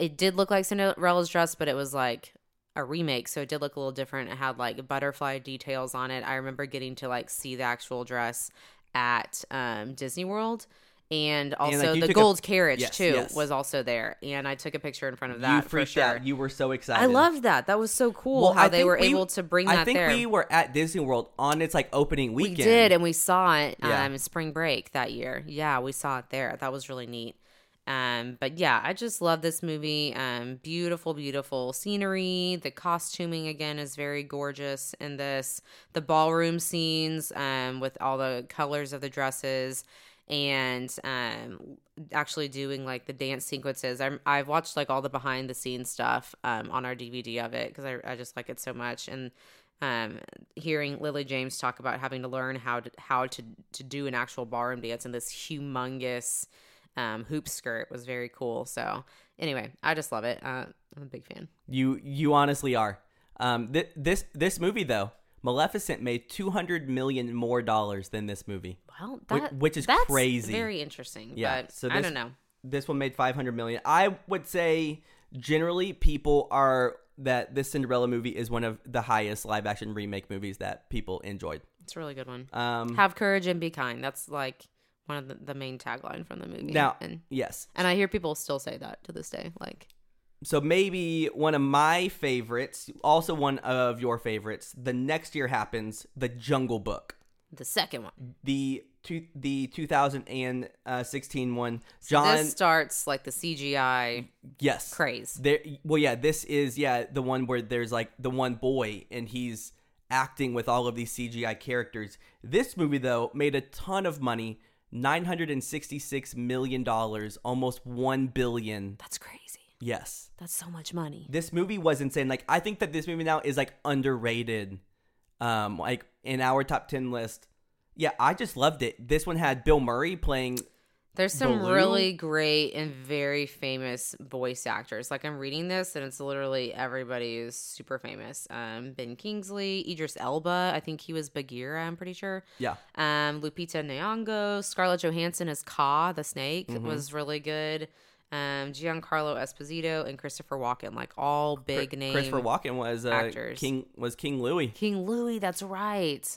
Speaker 2: it did look like Cinderella's dress, but it was like a remake, so it did look a little different. It had like butterfly details on it. I remember getting to like see the actual dress at um, Disney World, and also
Speaker 1: you
Speaker 2: the
Speaker 1: took a-
Speaker 2: gold carriage
Speaker 1: Yes,
Speaker 2: too
Speaker 1: yes.
Speaker 2: was also there, and I took a picture in front of
Speaker 1: you
Speaker 2: that for
Speaker 1: freaked
Speaker 2: sure.
Speaker 1: out. You were so excited.
Speaker 2: I loved that. That was so cool
Speaker 1: Well,
Speaker 2: how
Speaker 1: I
Speaker 2: they
Speaker 1: think
Speaker 2: were
Speaker 1: we-
Speaker 2: able to bring
Speaker 1: I
Speaker 2: that
Speaker 1: think
Speaker 2: there.
Speaker 1: we were at Disney World on its like opening
Speaker 2: We
Speaker 1: weekend.
Speaker 2: did, and we saw it
Speaker 1: Yeah.
Speaker 2: um, spring break that year. Yeah, we saw it there. That was really neat. Um, but yeah, I just love this movie. Um, beautiful, beautiful scenery. The costuming again is very gorgeous in this. The ballroom scenes um, with all the colors of the dresses and um, actually doing like the dance sequences. I'm, I've watched like all the behind the scenes stuff um, on our DVD of it because I, I just like it so much. And um, hearing Lily James talk about having to learn how to how to to do an actual ballroom dance in this humongous um, hoop skirt was very cool. So anyway, I just love it. Uh, I'm a big fan.
Speaker 1: You you honestly are. Um, th- this this movie though, Maleficent made two hundred million more dollars than this movie.
Speaker 2: Well,
Speaker 1: Whi-
Speaker 2: that
Speaker 1: which is
Speaker 2: that's
Speaker 1: crazy.
Speaker 2: Very interesting.
Speaker 1: Yeah,
Speaker 2: But
Speaker 1: so
Speaker 2: I
Speaker 1: this-
Speaker 2: don't know.
Speaker 1: this one made 500 million i would say generally people are that this cinderella movie is one of the highest live action remake movies that people enjoyed
Speaker 2: It's a really good one.
Speaker 1: um
Speaker 2: Have courage and be kind. That's like one of the, the main tagline from the movie.
Speaker 1: now
Speaker 2: and
Speaker 1: yes
Speaker 2: and I hear people still say that to this day. Like
Speaker 1: so maybe one of my favorites also one of your favorites the next year happens the jungle book
Speaker 2: the second one.
Speaker 1: the two, the 2016 one john
Speaker 2: this starts like the CGI
Speaker 1: yes
Speaker 2: craze.
Speaker 1: There, well, yeah, this is yeah the one where there's like the one boy and he's acting with all of these CGI characters. This movie though made a ton of money, nine hundred and sixty-six million dollars, almost one billion.
Speaker 2: That's crazy.
Speaker 1: Yes,
Speaker 2: That's so much money.
Speaker 1: this movie was insane. Like I think that this movie now is like underrated, um, like in our top ten list. Yeah, I just loved it. This one had Bill Murray playing.
Speaker 2: There's some
Speaker 1: Baloo?
Speaker 2: really great and very famous voice actors. Like I'm reading this, and it's literally everybody is super famous. Um, ben Kingsley, Idris Elba. I think he was Bagheera. I'm pretty sure.
Speaker 1: Yeah,
Speaker 2: Um, Lupita Nyong'o, Scarlett Johansson as Ka the Snake was really good. Um, Giancarlo Esposito and Christopher Walken, like all big names.
Speaker 1: Christopher Walken was uh,
Speaker 2: actors.
Speaker 1: King was King Louis.
Speaker 2: King Louis, that's right.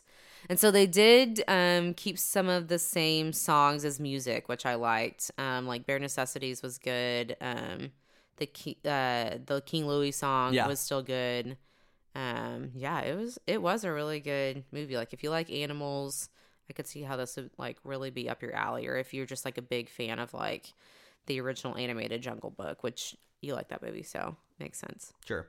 Speaker 2: And so they did um, keep some of the same songs as music, which I liked. Um, like Bare Necessities was good. Um, The Ki- uh, the King Louis song
Speaker 1: Yeah.
Speaker 2: was still good. Um, yeah, it was it was a really good movie. Like if you like animals, I could see how this would like really be up your alley. Or if you're just like a big fan of like the original animated Jungle Book, which you like that movie, so makes sense.
Speaker 1: Sure.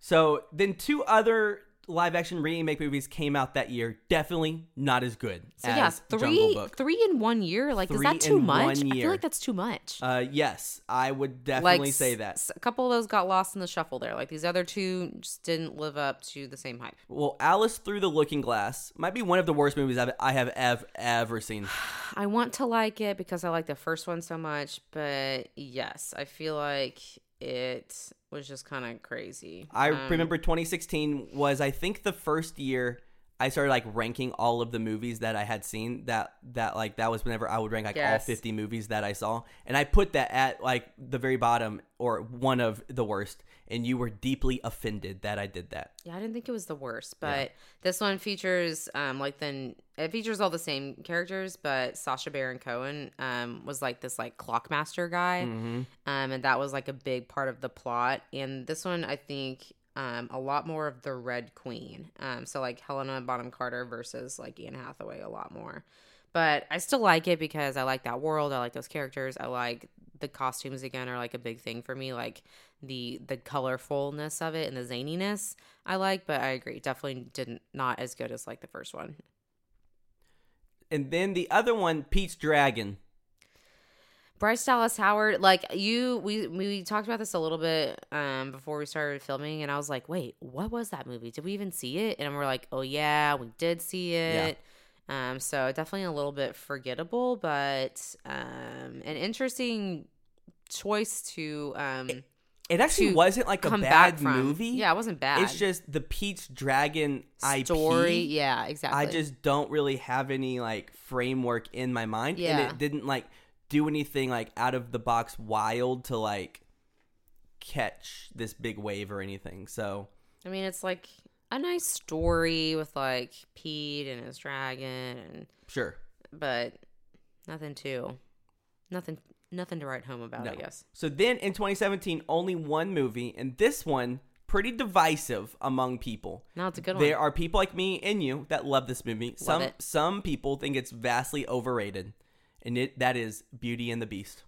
Speaker 1: So then two other live action remake movies came out that year. Definitely not as good
Speaker 2: So
Speaker 1: as
Speaker 2: yeah,
Speaker 1: Jungle
Speaker 2: three
Speaker 1: Book.
Speaker 2: three in one year. Like is
Speaker 1: Three
Speaker 2: that too
Speaker 1: in
Speaker 2: much?
Speaker 1: one
Speaker 2: I
Speaker 1: year.
Speaker 2: feel like that's too much.
Speaker 1: uh, yes, I would definitely say
Speaker 2: s-
Speaker 1: that.
Speaker 2: s- a couple of those got lost in the shuffle there. Like these other two just didn't live up to the same hype.
Speaker 1: well, Alice Through the Looking Glass might be one of the worst movies I've, I have ever ever seen.
Speaker 2: I want to like it because I like the first one so much, but yes, I feel like it was just kind of crazy.
Speaker 1: I
Speaker 2: Um,
Speaker 1: remember 2016 was I think the first year I started like ranking all of the movies that I had seen. That that like that was whenever I would rank like all
Speaker 2: Yes.
Speaker 1: 50 movies that I saw, and I put that at like the very bottom or one of the worst. And you were deeply offended that I did that.
Speaker 2: Yeah, I didn't think it was the worst, but this one features um like then it features all the same characters, but Sasha Baron Cohen um was like this like clockmaster guy.
Speaker 1: Mm-hmm.
Speaker 2: Um and that was like a big part of the plot. And this one I think um a lot more of the Red Queen. Um so like Helena Bonham Carter versus like Anne Hathaway a lot more. But I still like it because I like that world, I like those characters, I like the costumes again are like a big thing for me like the the colorfulness of it and the zaniness i like but i agree definitely didn't not as good as like the first one
Speaker 1: And then the other one, Pete's Dragon.
Speaker 2: bryce dallas howard like you we we talked about this a little bit um before we started filming and i was like wait what was that movie did we even see it and we're like oh yeah we did see it um so definitely a little bit forgettable but um an interesting choice to um
Speaker 1: It actually
Speaker 2: To
Speaker 1: wasn't like a
Speaker 2: come
Speaker 1: bad
Speaker 2: back from
Speaker 1: movie.
Speaker 2: yeah it wasn't bad
Speaker 1: it's just the Pete's Dragon
Speaker 2: story.
Speaker 1: IP.
Speaker 2: Yeah, exactly.
Speaker 1: I just don't really have any like framework in my mind, and
Speaker 2: Yeah.
Speaker 1: it didn't like do anything like out of the box wild to like catch this big wave or anything. So
Speaker 2: I mean, it's like a nice story with like Pete and his dragon, and
Speaker 1: sure,
Speaker 2: but nothing too, nothing, nothing to write home about. I
Speaker 1: No.
Speaker 2: guess.
Speaker 1: So then in 2017, only one movie, and this one pretty divisive among people.
Speaker 2: No, it's a good
Speaker 1: There
Speaker 2: one.
Speaker 1: are people like me and you that love this movie. some
Speaker 2: it.
Speaker 1: some people think it's vastly overrated, and it that is Beauty and the Beast.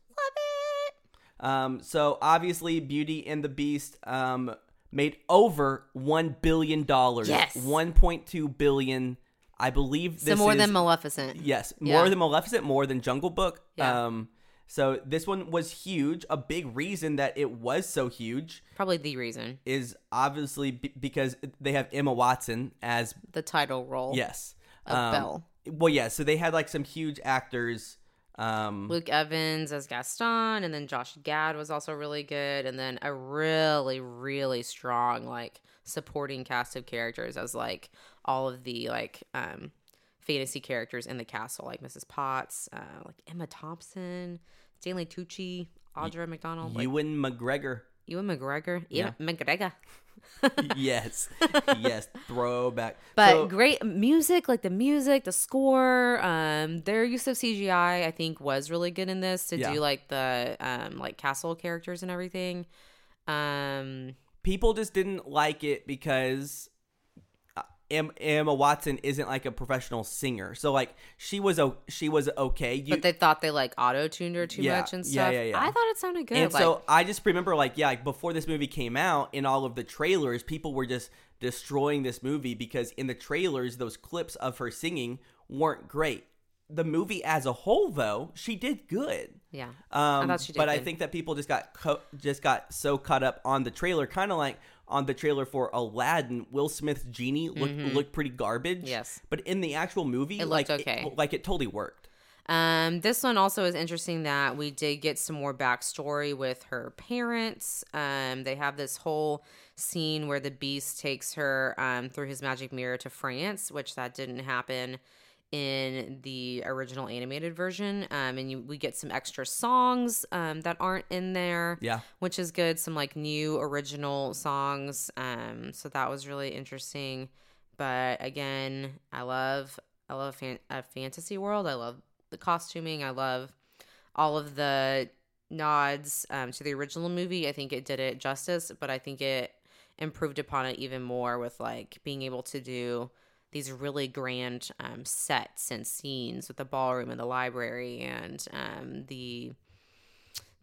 Speaker 1: Um, so obviously, Beauty and the Beast um, made over one billion dollars.
Speaker 2: Yes.
Speaker 1: one point two billion. I believe this
Speaker 2: So more
Speaker 1: is,
Speaker 2: than Maleficent.
Speaker 1: yes,
Speaker 2: Yeah.
Speaker 1: more than Maleficent, more than Jungle Book.
Speaker 2: Yeah.
Speaker 1: Um, so this one was huge. A big reason that it was so huge
Speaker 2: Probably the reason
Speaker 1: is obviously b- because they have Emma Watson as
Speaker 2: the title role.
Speaker 1: yes,
Speaker 2: Of
Speaker 1: Um,
Speaker 2: Belle.
Speaker 1: Well, yeah. So they had like some huge actors. Um,
Speaker 2: Luke Evans as Gaston, and then Josh Gad was also really good, and then a really, really strong like supporting cast of characters as like all of the like um fantasy characters in the castle, like Mrs. Potts, uh, like Emma Thompson, Stanley Tucci, Audra McDonald, like
Speaker 1: Ewan McGregor.
Speaker 2: Ewan McGregor, Ewan McGregor.
Speaker 1: yes, yes, throwback.
Speaker 2: But
Speaker 1: So-
Speaker 2: great music, like the music, the score, um, their use of CGI, I think, was really good in this to
Speaker 1: Yeah.
Speaker 2: do like the um, like castle characters and everything. Um,
Speaker 1: people just didn't like it because uh, Em- Emma Watson isn't like a professional singer, so like she was o- she was okay. You,
Speaker 2: but they thought they like auto tuned her too
Speaker 1: Yeah,
Speaker 2: much and
Speaker 1: yeah,
Speaker 2: stuff.
Speaker 1: yeah, yeah.
Speaker 2: I thought it sounded good.
Speaker 1: and
Speaker 2: like,
Speaker 1: so I just remember like yeah, like before this movie came out, in all of the trailers, people were just destroying this movie because in the trailers, those clips of her singing weren't great. The movie as a whole, though, she did good.
Speaker 2: yeah,
Speaker 1: Um,
Speaker 2: thought she did
Speaker 1: but I
Speaker 2: good.
Speaker 1: think that people just got co- just got so caught up on the trailer, kind of like on the trailer for Aladdin. Will Smith's genie looked looked pretty garbage.
Speaker 2: Mm-hmm. Yes.
Speaker 1: but in the actual movie,
Speaker 2: It
Speaker 1: like
Speaker 2: looked okay.
Speaker 1: like it totally worked.
Speaker 2: Um, this one also is interesting that we did get some more backstory with her parents. Um, they have this whole scene where the beast takes her um, through his magic mirror to France, which that didn't happen in the original animated version. Um, and you, we get some extra songs um, that aren't in there
Speaker 1: Yeah.
Speaker 2: which is good. Some like new original songs. Um, so that was really interesting. But again, I love I love fan- a fantasy world. I love the costuming. I love all of the nods um, to the original movie. I think it did it justice, but I think it improved upon it even more with like being able to do these really grand um, sets and scenes with the ballroom and the library and um, the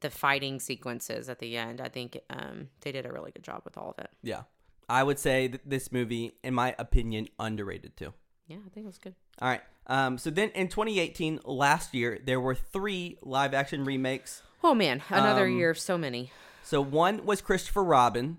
Speaker 2: the fighting sequences at the end. I think um, they did a really good job with all of it.
Speaker 1: Yeah. I would say that this movie, in my opinion, underrated too.
Speaker 2: Yeah, I think it was good.
Speaker 1: All right. Um, so then in 2018, last year, there were three live action remakes.
Speaker 2: Oh man, another
Speaker 1: Um,
Speaker 2: year of so many.
Speaker 1: So one was Christopher Robin,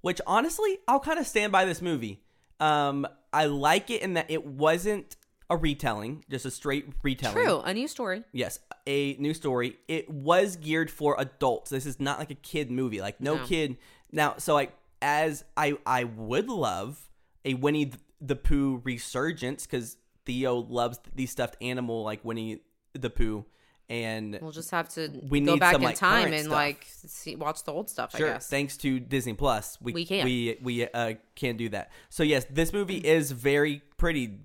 Speaker 1: which honestly, I'll kind of stand by this movie. Um, I like it in that it wasn't a retelling, just a straight retelling.
Speaker 2: True, a new story.
Speaker 1: Yes, a new story. It was geared for adults. This is not like a kid movie. Like no,
Speaker 2: No.
Speaker 1: kid. Now, so like as I I would love a Winnie th- the Pooh resurgence cuz Theo loves the stuffed animal like Winnie the Pooh and
Speaker 2: We'll just have to
Speaker 1: We
Speaker 2: go
Speaker 1: need
Speaker 2: back
Speaker 1: some,
Speaker 2: in
Speaker 1: like,
Speaker 2: time
Speaker 1: current
Speaker 2: and
Speaker 1: stuff.
Speaker 2: like see, watch the old stuff. I
Speaker 1: Sure.
Speaker 2: guess.
Speaker 1: Thanks to Disney Plus, we
Speaker 2: We can. Mm.
Speaker 1: we we uh, can do that. So yes, this movie is very pretty.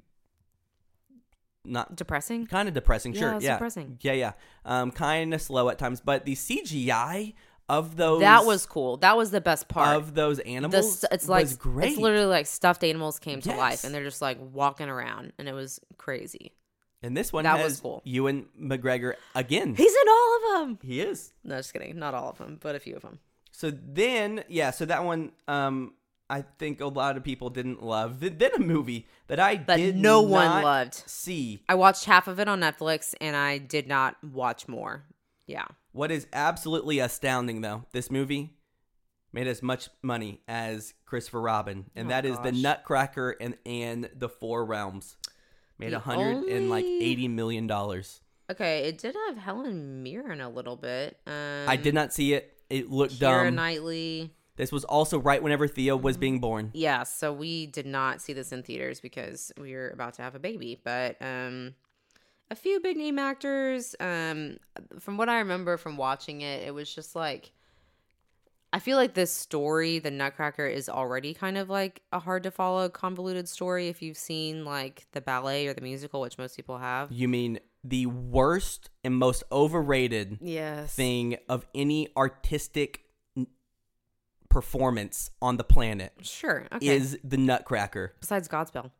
Speaker 1: Not
Speaker 2: Depressing.
Speaker 1: kind of depressing. Sure.
Speaker 2: Yeah, it's
Speaker 1: yeah.
Speaker 2: depressing.
Speaker 1: Yeah. Yeah. Um, kind of slow at times, but the CGI of those
Speaker 2: That was cool. That was the best part.
Speaker 1: of those
Speaker 2: the
Speaker 1: animals.
Speaker 2: s- it's like
Speaker 1: was great.
Speaker 2: it's literally like stuffed animals came to
Speaker 1: Yes.
Speaker 2: life and they're just like walking around and it was crazy.
Speaker 1: and this one
Speaker 2: that
Speaker 1: has
Speaker 2: was cool.
Speaker 1: Ewan McGregor again.
Speaker 2: He's in all of them.
Speaker 1: he is.
Speaker 2: No, just kidding. Not all of them, but a few of them.
Speaker 1: So then, yeah. So that one, um, I think a lot of people didn't love. Th- Then a movie that I
Speaker 2: That
Speaker 1: did
Speaker 2: no one
Speaker 1: not
Speaker 2: loved.
Speaker 1: see.
Speaker 2: I watched half of it on Netflix and I did not watch more. Yeah.
Speaker 1: What is absolutely astounding, though, this movie made as much money as Christopher Robin, and
Speaker 2: Oh,
Speaker 1: that is the
Speaker 2: gosh.
Speaker 1: Nutcracker and and the Four Realms made
Speaker 2: The
Speaker 1: a hundred and like
Speaker 2: only-
Speaker 1: eighty million dollars.
Speaker 2: Okay, it did have Helen Mirren a little bit. Um,
Speaker 1: I um, did not see it. It looked
Speaker 2: Keira
Speaker 1: dumb.
Speaker 2: Knightley.
Speaker 1: this was also right whenever Theo was being born.
Speaker 2: Yeah, so we did not see this in theaters because we were about to have a baby, but um a few big name actors um from what I remember from watching it, it was just like I feel like this story, the Nutcracker is already kind of like a hard to follow convoluted story if you've seen like the ballet or the musical, which most people have.
Speaker 1: You mean the worst and most overrated
Speaker 2: Yes.
Speaker 1: thing of any artistic n- performance on the planet
Speaker 2: Sure. Okay.
Speaker 1: is the Nutcracker.
Speaker 2: Besides Godspell.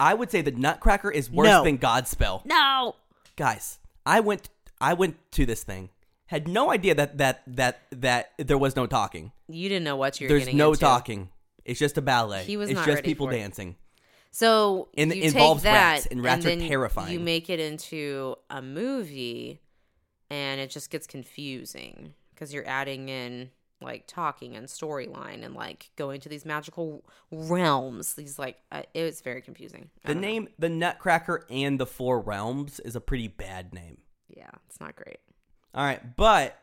Speaker 1: I would say the Nutcracker is worse
Speaker 2: No.
Speaker 1: than Godspell.
Speaker 2: No.
Speaker 1: guys i went i went to this thing had no idea that that that that there was no talking
Speaker 2: You didn't know what you were
Speaker 1: there's
Speaker 2: getting
Speaker 1: no
Speaker 2: into.
Speaker 1: talking it's just a ballet
Speaker 2: He was
Speaker 1: it's
Speaker 2: not
Speaker 1: just
Speaker 2: ready
Speaker 1: people
Speaker 2: for it.
Speaker 1: dancing
Speaker 2: So
Speaker 1: And it
Speaker 2: you
Speaker 1: involves
Speaker 2: take that,
Speaker 1: rats, and rats are
Speaker 2: then
Speaker 1: terrifying.
Speaker 2: You make it into a movie, and it just gets confusing because you're adding in like talking and storyline and like going to these magical realms. These like uh, it was very confusing. I
Speaker 1: the
Speaker 2: don't know.
Speaker 1: name the nutcracker and the four realms is a pretty bad name
Speaker 2: yeah, it's not great.
Speaker 1: all right but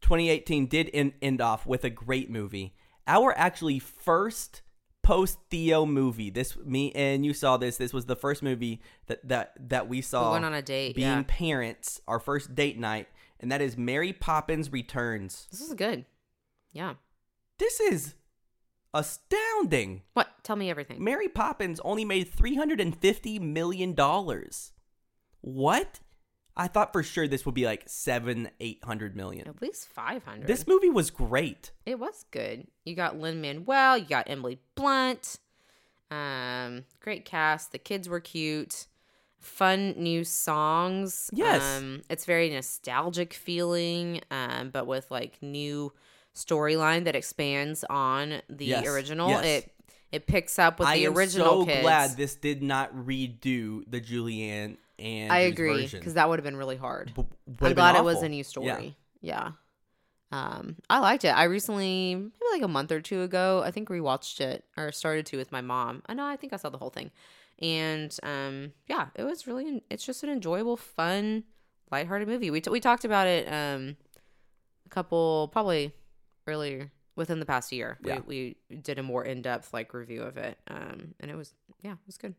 Speaker 1: 2018 did end, end off with a great movie our actually first post theo movie this me and you saw this this was the first movie that that that we
Speaker 2: We
Speaker 1: saw
Speaker 2: went on a date.
Speaker 1: being
Speaker 2: yeah,
Speaker 1: parents, our first date night, and that is Mary Poppins Returns.
Speaker 2: this is good. Yeah.
Speaker 1: This is astounding.
Speaker 2: What? Tell me everything.
Speaker 1: Mary Poppins only made $350 million. What? I thought for sure this would be like seven, eight hundred million.
Speaker 2: At least five hundred.
Speaker 1: This movie was great.
Speaker 2: It was good. You got Lynn Manuel, you got Emily Blunt. Um, great cast. The kids were cute. Fun new songs.
Speaker 1: Yes.
Speaker 2: Um, it's very nostalgic feeling, um, but with like new storyline that expands on the
Speaker 1: Yes,
Speaker 2: original.
Speaker 1: yes.
Speaker 2: It it picks up with
Speaker 1: I
Speaker 2: the
Speaker 1: am
Speaker 2: original
Speaker 1: so
Speaker 2: kids.
Speaker 1: glad this did not redo the Julianne and
Speaker 2: I agree because that would have been really hard. I'm glad it was a new story. Yeah. Um, I liked it. I recently, maybe like a month or two ago, I think rewatched it or started to with my mom. I know, I think I saw the whole thing. And um, yeah, it was really, it's just an enjoyable, fun, lighthearted movie. We, t- we talked about it um, a couple, probably earlier within the past year.
Speaker 1: Yeah.
Speaker 2: We, we did a more in depth like review of it. Um, and it was, yeah, it was good.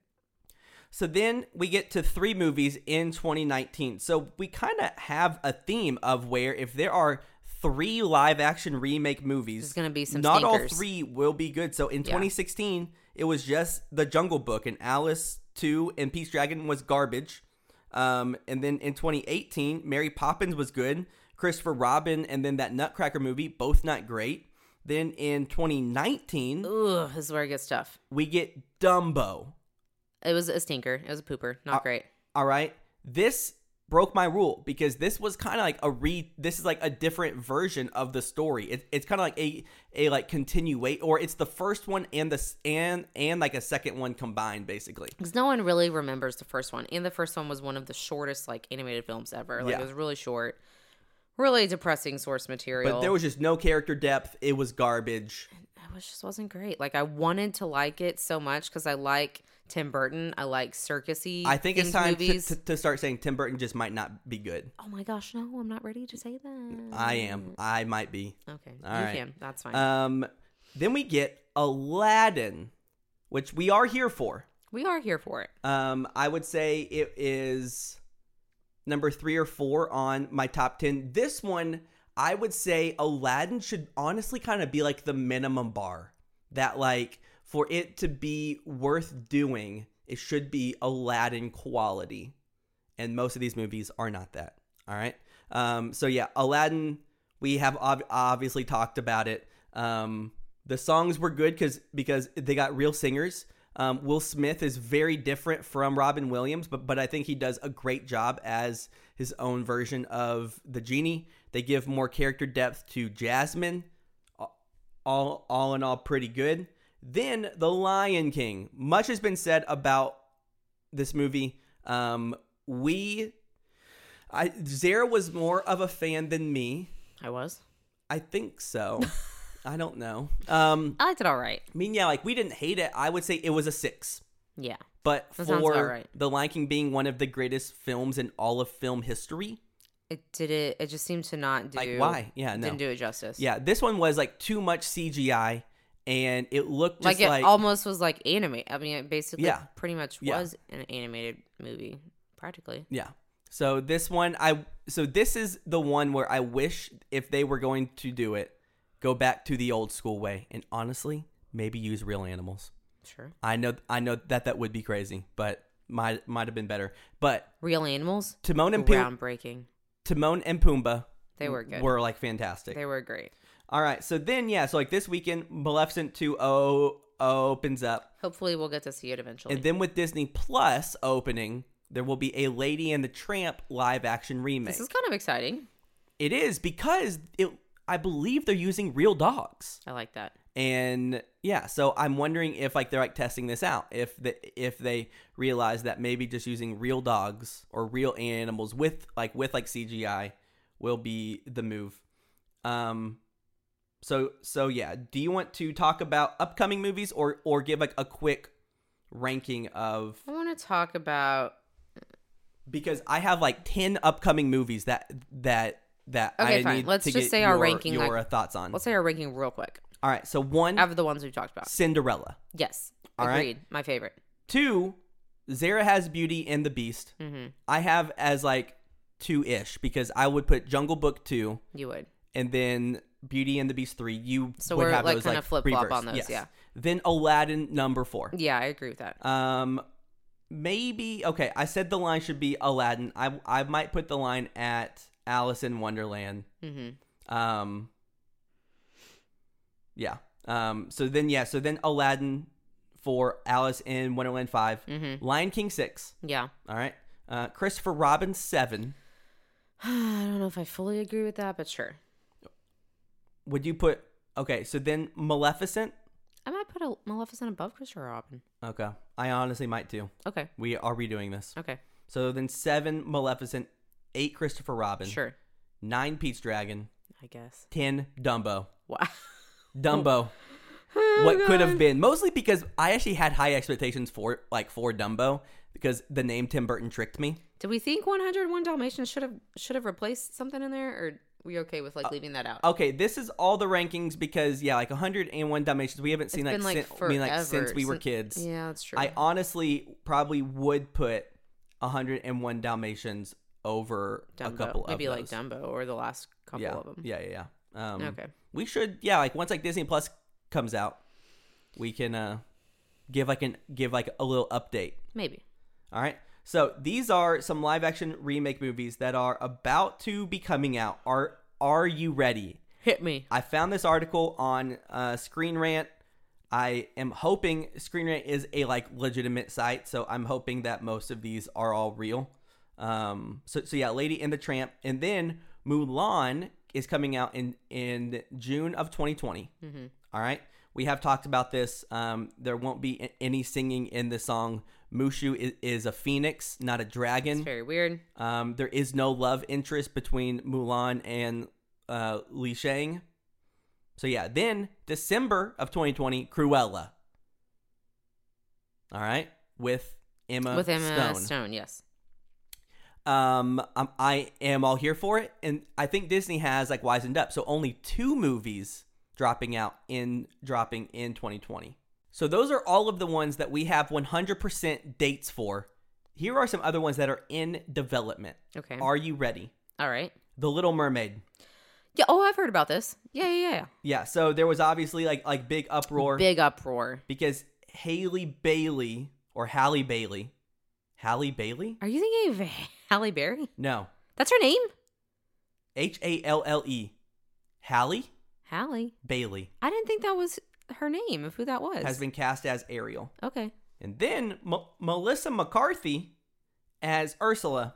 Speaker 1: So then we get to three movies in 2019. So we kind of have a theme of where if there are three live action remake movies,
Speaker 2: There's gonna be some
Speaker 1: Not
Speaker 2: stinkers.
Speaker 1: all three will be good. So in
Speaker 2: Yeah.
Speaker 1: 2016, it was just The Jungle Book and Alice 2 and Peace Dragon was garbage. Um, and then in 2018, Mary Poppins was good. Christopher Robin and then that Nutcracker movie, both not great. Then in 2019,
Speaker 2: Ugh, this is where it gets tough.
Speaker 1: we get Dumbo.
Speaker 2: It was a stinker. It was a pooper.
Speaker 1: Uh,
Speaker 2: Not great.
Speaker 1: All right. This broke my rule because this was kind of like a re this is like a different version of the story. It, it's kind of like a a like continuate or it's the first one and the s- and and like a second one combined basically.
Speaker 2: Because no one really remembers the first one. And the first one was one of the shortest, like, animated films ever. Like,
Speaker 1: Yeah.
Speaker 2: it was really short. Really depressing source material.
Speaker 1: But there was just no character depth. It was garbage.
Speaker 2: it was just wasn't great. Like, I wanted to like it so much because I like Tim Burton. I like circusy.
Speaker 1: I think it's
Speaker 2: themed
Speaker 1: time to,
Speaker 2: movies.
Speaker 1: to, to start saying Tim Burton just might not be good.
Speaker 2: oh my gosh, no, I'm not ready to say that.
Speaker 1: I am. I might be.
Speaker 2: Okay,
Speaker 1: All
Speaker 2: you
Speaker 1: Mm. right.
Speaker 2: can. That's fine.
Speaker 1: Um, then we get Aladdin, which we are here for.
Speaker 2: we are here for it.
Speaker 1: Um, I would say it is number three or four on my top 10. This one, I would say Aladdin should honestly kind of be like the minimum bar that, like, for it to be worth doing, it should be Aladdin quality. And most of these movies are not that. All right. Um, so, yeah, Aladdin, we have ob- obviously talked about it. Um, the songs were good because because they got real singers. Um, Will Smith is very different from Robin Williams, but but I think he does a great job as his own version of the genie. They give more character depth to Jasmine. All all in all, pretty good. Then the Lion King. Much has been said about this movie. Um, we, I Zara was more of a fan than me.
Speaker 2: I was.
Speaker 1: I think so. I don't know. Um,
Speaker 2: I liked it all right.
Speaker 1: I mean, yeah, like we didn't hate it. I would say it was a six.
Speaker 2: Yeah.
Speaker 1: But
Speaker 2: That sounds about
Speaker 1: for
Speaker 2: right.
Speaker 1: The Lion King being one of the greatest films in all of film history,
Speaker 2: It did it. It just seemed to not do.
Speaker 1: like why? Yeah, no.
Speaker 2: Didn't do it justice.
Speaker 1: yeah, this one was like too much CGI, and it looked just
Speaker 2: Like
Speaker 1: like,
Speaker 2: it almost was like anime. I mean, it basically
Speaker 1: Yeah.
Speaker 2: pretty much
Speaker 1: Yeah.
Speaker 2: was an animated movie, practically.
Speaker 1: yeah. So this one, I so this is the one where I wish if they were going to do it, go back to the old school way, and honestly, maybe use real animals.
Speaker 2: Sure.
Speaker 1: I know, I know that that would be crazy, but might might have been better. But
Speaker 2: Real animals.
Speaker 1: Timon and Pumbaa,
Speaker 2: Groundbreaking.
Speaker 1: Timon and Pumbaa,
Speaker 2: They were good.
Speaker 1: Were like fantastic.
Speaker 2: They were great.
Speaker 1: All right, so then yeah, so like this weekend, Maleficent two o opens up,
Speaker 2: Hopefully, we'll get to see it eventually.
Speaker 1: and then with Disney Plus opening, there will be a Lady and the Tramp live action remake.
Speaker 2: this is kind of exciting.
Speaker 1: it is because it, I believe they're using real dogs,
Speaker 2: I like that.
Speaker 1: and yeah, so I'm wondering if like they're like testing this out, if the if they realize that maybe just using real dogs or real animals with like with like CGI will be the move. Um so so yeah, do you want to talk about upcoming movies or or give like a quick ranking of
Speaker 2: I want to talk about.
Speaker 1: because I have like 10 upcoming movies that that that
Speaker 2: Okay,
Speaker 1: I
Speaker 2: fine.
Speaker 1: need
Speaker 2: Let's
Speaker 1: to
Speaker 2: just
Speaker 1: get
Speaker 2: say our
Speaker 1: your-
Speaker 2: ranking,
Speaker 1: your
Speaker 2: like-
Speaker 1: thoughts on.
Speaker 2: Let's say our ranking real quick.
Speaker 1: All right, so one
Speaker 2: Out of the ones we've talked about.
Speaker 1: Cinderella.
Speaker 2: Yes.
Speaker 1: Mm. All right.
Speaker 2: agreed. My favorite.
Speaker 1: Two, Zara has Beauty and the Beast.
Speaker 2: hmm
Speaker 1: I have as like two ish because I would put Jungle Book two
Speaker 2: You would.
Speaker 1: and then Beauty and the Beast three. You
Speaker 2: So
Speaker 1: would
Speaker 2: we're,
Speaker 1: have
Speaker 2: like,
Speaker 1: those
Speaker 2: kinda
Speaker 1: like
Speaker 2: flip-flop
Speaker 1: reverse.
Speaker 2: on those,
Speaker 1: Yes.
Speaker 2: yeah.
Speaker 1: Then Aladdin number four.
Speaker 2: Yeah, I agree with that.
Speaker 1: Um, maybe okay. I said the line should be Aladdin. I I might put the line at Alice in Wonderland.
Speaker 2: hmm
Speaker 1: Um, yeah. Um, so then yeah. So then Aladdin four, Alice in Wonderland 5
Speaker 2: Mm-hmm.
Speaker 1: Lion King six.
Speaker 2: Yeah.
Speaker 1: All right. Uh, Christopher Robin seven.
Speaker 2: I don't know if I fully agree with that, but sure.
Speaker 1: Would you put okay? So then Maleficent.
Speaker 2: I might put a Maleficent above Christopher Robin.
Speaker 1: Okay, I honestly might too.
Speaker 2: Okay.
Speaker 1: We are redoing this.
Speaker 2: Okay.
Speaker 1: So then seven Maleficent, eight Christopher Robin,
Speaker 2: Sure.
Speaker 1: nine Pete's Dragon,
Speaker 2: I guess.
Speaker 1: ten Dumbo.
Speaker 2: Wow.
Speaker 1: Dumbo.
Speaker 2: Oh,
Speaker 1: what could have been mostly because I actually had high expectations for like for Dumbo because the name Tim Burton tricked me.
Speaker 2: Did we think 101 Dalmatians should have should have replaced something in there, or we okay with like
Speaker 1: Uh,
Speaker 2: leaving that out?
Speaker 1: Okay, this is all the rankings because yeah, like 101 Dalmatians we haven't seen like,
Speaker 2: been, like,
Speaker 1: sin- I mean, like
Speaker 2: forever,
Speaker 1: since we were
Speaker 2: since-
Speaker 1: kids.
Speaker 2: yeah, that's true.
Speaker 1: I honestly probably would put 101 Dalmatians over
Speaker 2: Dumbo.
Speaker 1: a couple
Speaker 2: Maybe
Speaker 1: of
Speaker 2: like
Speaker 1: those.
Speaker 2: Dumbo or the last couple
Speaker 1: yeah.
Speaker 2: of them.
Speaker 1: yeah, yeah, yeah. Um,
Speaker 2: Okay.
Speaker 1: we should yeah, like once like Disney Plus comes out, we can uh give like an give like a little update.
Speaker 2: Maybe.
Speaker 1: All right. So these are some live action remake movies that are about to be coming out. Are Are you ready?
Speaker 2: Hit me.
Speaker 1: I found this article on uh, Screen Rant. I am hoping Screen Rant is a like legitimate site, so I'm hoping that most of these are all real. Um, so so yeah, Lady and the Tramp, and then Mulan is coming out in in June of 2020. All right, we have talked about this. Um, there won't be a- any singing in the song. Mushu is, is a phoenix, not a dragon.
Speaker 2: Very weird.
Speaker 1: Um, there is no love interest between Mulan and uh, Li Shang. So yeah, then December of 2020, Cruella. All right, with Emma
Speaker 2: With Emma Stone.
Speaker 1: uh, Stone.
Speaker 2: yes.
Speaker 1: Um, um, I am all here for it, and I think Disney has like wisened up. So only two movies dropping out in dropping in 2020. So those are all of the ones that we have 100% dates for. Here are some other ones that are in development.
Speaker 2: Okay.
Speaker 1: Are you ready?
Speaker 2: All right.
Speaker 1: The Little Mermaid.
Speaker 2: Yeah. Oh, I've heard about this. Yeah, yeah, yeah.
Speaker 1: Yeah, so there was obviously like like big uproar
Speaker 2: Big uproar.
Speaker 1: because Haley Bailey or Halle Bailey. Halle Bailey?
Speaker 2: Are you thinking of Halle Berry?
Speaker 1: No.
Speaker 2: That's her name?
Speaker 1: H A L L E. Halle
Speaker 2: Halle.
Speaker 1: Bailey
Speaker 2: I didn't think that was her name of who that was.
Speaker 1: has been cast as Ariel.
Speaker 2: Okay.
Speaker 1: And then M- Melissa McCarthy as Ursula.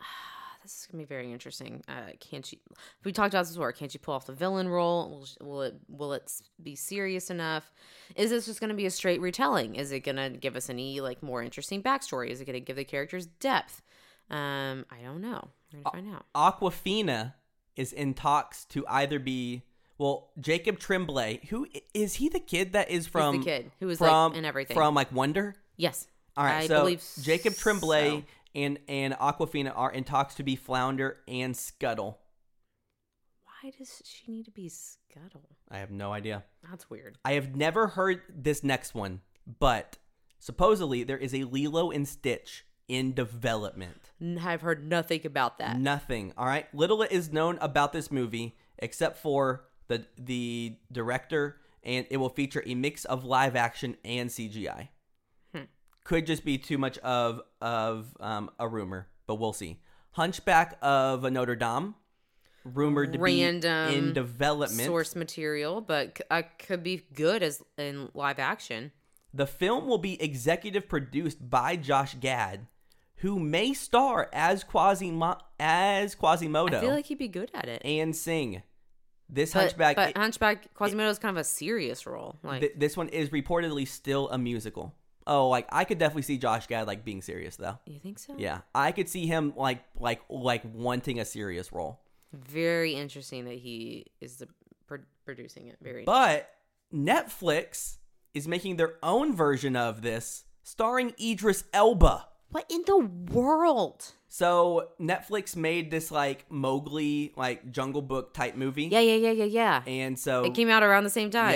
Speaker 2: Ah, This is gonna be very interesting. Uh, can't she? We talked about this before. Can't she pull off the villain role? Will, sh will it? Will it s- be serious enough? Is this just gonna be a straight retelling? Is it gonna give us any like more interesting backstory? Is it gonna give the characters depth? Um, I don't know. We're
Speaker 1: Uh,
Speaker 2: gonna find out.
Speaker 1: Aquafina is in talks to either be well, Jacob Tremblay, who is he the kid that is from
Speaker 2: kid who was, like,
Speaker 1: from,
Speaker 2: in everything.
Speaker 1: From like Wonder?
Speaker 2: Yes.
Speaker 1: All right,
Speaker 2: I
Speaker 1: so
Speaker 2: believe
Speaker 1: Jacob Tremblay
Speaker 2: so.
Speaker 1: and and Aquafina are in talks to be Flounder and Scuttle.
Speaker 2: Why does she need to be Scuttle?
Speaker 1: I have no idea.
Speaker 2: That's weird.
Speaker 1: I have never heard this next one, but supposedly there is a Lilo and Stitch in development.
Speaker 2: N- I've heard nothing about that.
Speaker 1: Nothing. All right. Little is known about this movie except for the the director, and it will feature a mix of live action and CGI.
Speaker 2: Hmm.
Speaker 1: Could just be too much of of um, a rumor, but we'll see. Hunchback of Notre Dame, rumored to
Speaker 2: Random
Speaker 1: be in development.
Speaker 2: Source material, but c- uh, could be good as in live action.
Speaker 1: The film will be executive produced by Josh Gad, who may star as Quasimo- as Quasimodo
Speaker 2: I feel like he'd be good at it.
Speaker 1: and sing. This
Speaker 2: But-
Speaker 1: hunchback,
Speaker 2: But Hunchback Quasimodo is kind of a serious role. Like
Speaker 1: th- this one is reportedly still a musical. Oh, like I could definitely see Josh Gad like being serious though.
Speaker 2: you think so?
Speaker 1: Yeah, I could see him like like like wanting a serious role.
Speaker 2: Very interesting that he is the pro- producing it. Very.
Speaker 1: But Netflix is making their own version of this, starring Idris Elba.
Speaker 2: what in the world?
Speaker 1: So Netflix made this like Mowgli like Jungle Book type movie.
Speaker 2: Yeah, yeah, yeah, yeah, yeah.
Speaker 1: And so
Speaker 2: it came out around the same time.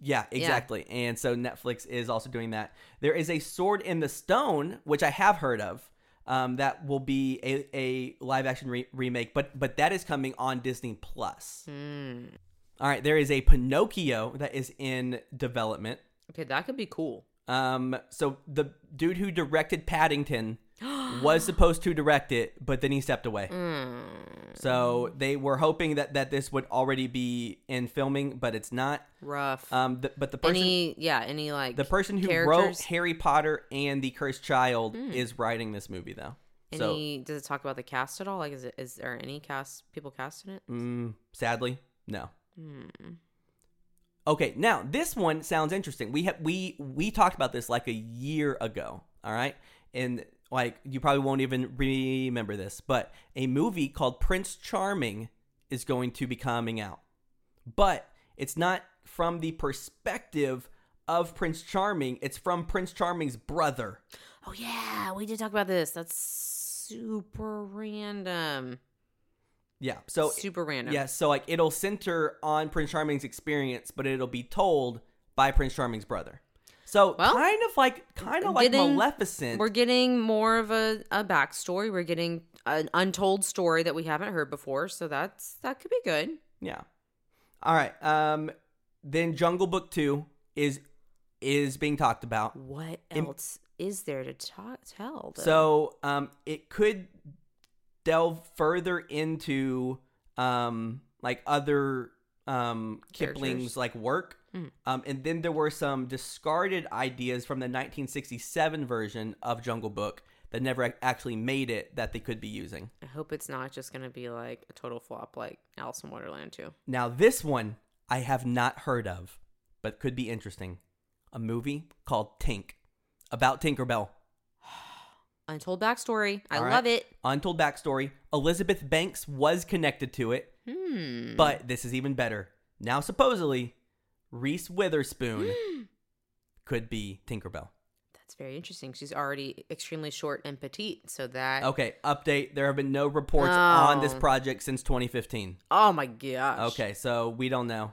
Speaker 1: yeah, yeah, exactly. And so Netflix is also doing that. There is a Sword in the Stone, which I have heard of. Um, that will be a, a live action re- remake, but but that is coming on Disney Plus. All right, there is a Pinocchio that is in development.
Speaker 2: Okay, that could be cool.
Speaker 1: Um, so the dude who directed Paddington was supposed to direct it, but then he stepped away. So they were hoping that that this would already be in filming, but it's not.
Speaker 2: Rough.
Speaker 1: Um, the, but the person
Speaker 2: any? Yeah. Any like
Speaker 1: the person who wrote
Speaker 2: characters? Hmm.
Speaker 1: Harry Potter and the Cursed Child is writing this movie though. So
Speaker 2: Any? does it talk about the cast at all? Like, is it is there any cast people cast in it? Hmm.
Speaker 1: mm, sadly, no. Okay, now this one sounds interesting. We have we we talked about this like a year ago. All right, and like you probably won't even remember this, but a movie called Prince Charming is going to be coming out, but it's not from the perspective of Prince Charming. It's from Prince Charming's brother.
Speaker 2: Oh yeah, we did talk about this. That's super random.
Speaker 1: Yeah. So
Speaker 2: super random.
Speaker 1: Yes, so like it'll center on Prince Charming's experience, but it'll be told by Prince Charming's brother. So
Speaker 2: Well,
Speaker 1: kind of like kind of like
Speaker 2: getting-
Speaker 1: Maleficent.
Speaker 2: We're getting more of a, a backstory. We're getting an untold story that we haven't heard before. So that's that could be good.
Speaker 1: yeah. All right. Um then Jungle Book 2 is is being talked about.
Speaker 2: What
Speaker 1: Im-
Speaker 2: else is there to ta- tell? though?
Speaker 1: So um, it could delve further into um, like other um, Kipling's
Speaker 2: Characters.
Speaker 1: like work, um, and then there were some discarded ideas from the 1967 version of Jungle Book that never ac- actually made it that they could be using.
Speaker 2: I hope it's not just going to be like a total flop like Alice in Wonderland 2.
Speaker 1: Now this one I have not heard of, but could be interesting. A movie called Tink about Tinkerbell.
Speaker 2: Untold backstory. I
Speaker 1: All right.
Speaker 2: love it.
Speaker 1: Untold backstory Elizabeth Banks was connected to it,
Speaker 2: Hmm.
Speaker 1: but this is even better. Now, supposedly, Reese Witherspoon could be Tinkerbell.
Speaker 2: That's very interesting. She's already extremely short and petite, so that
Speaker 1: Okay, update. There have been no reports on this
Speaker 2: Oh.
Speaker 1: project since 2015.
Speaker 2: Oh my gosh.
Speaker 1: Okay, so we don't know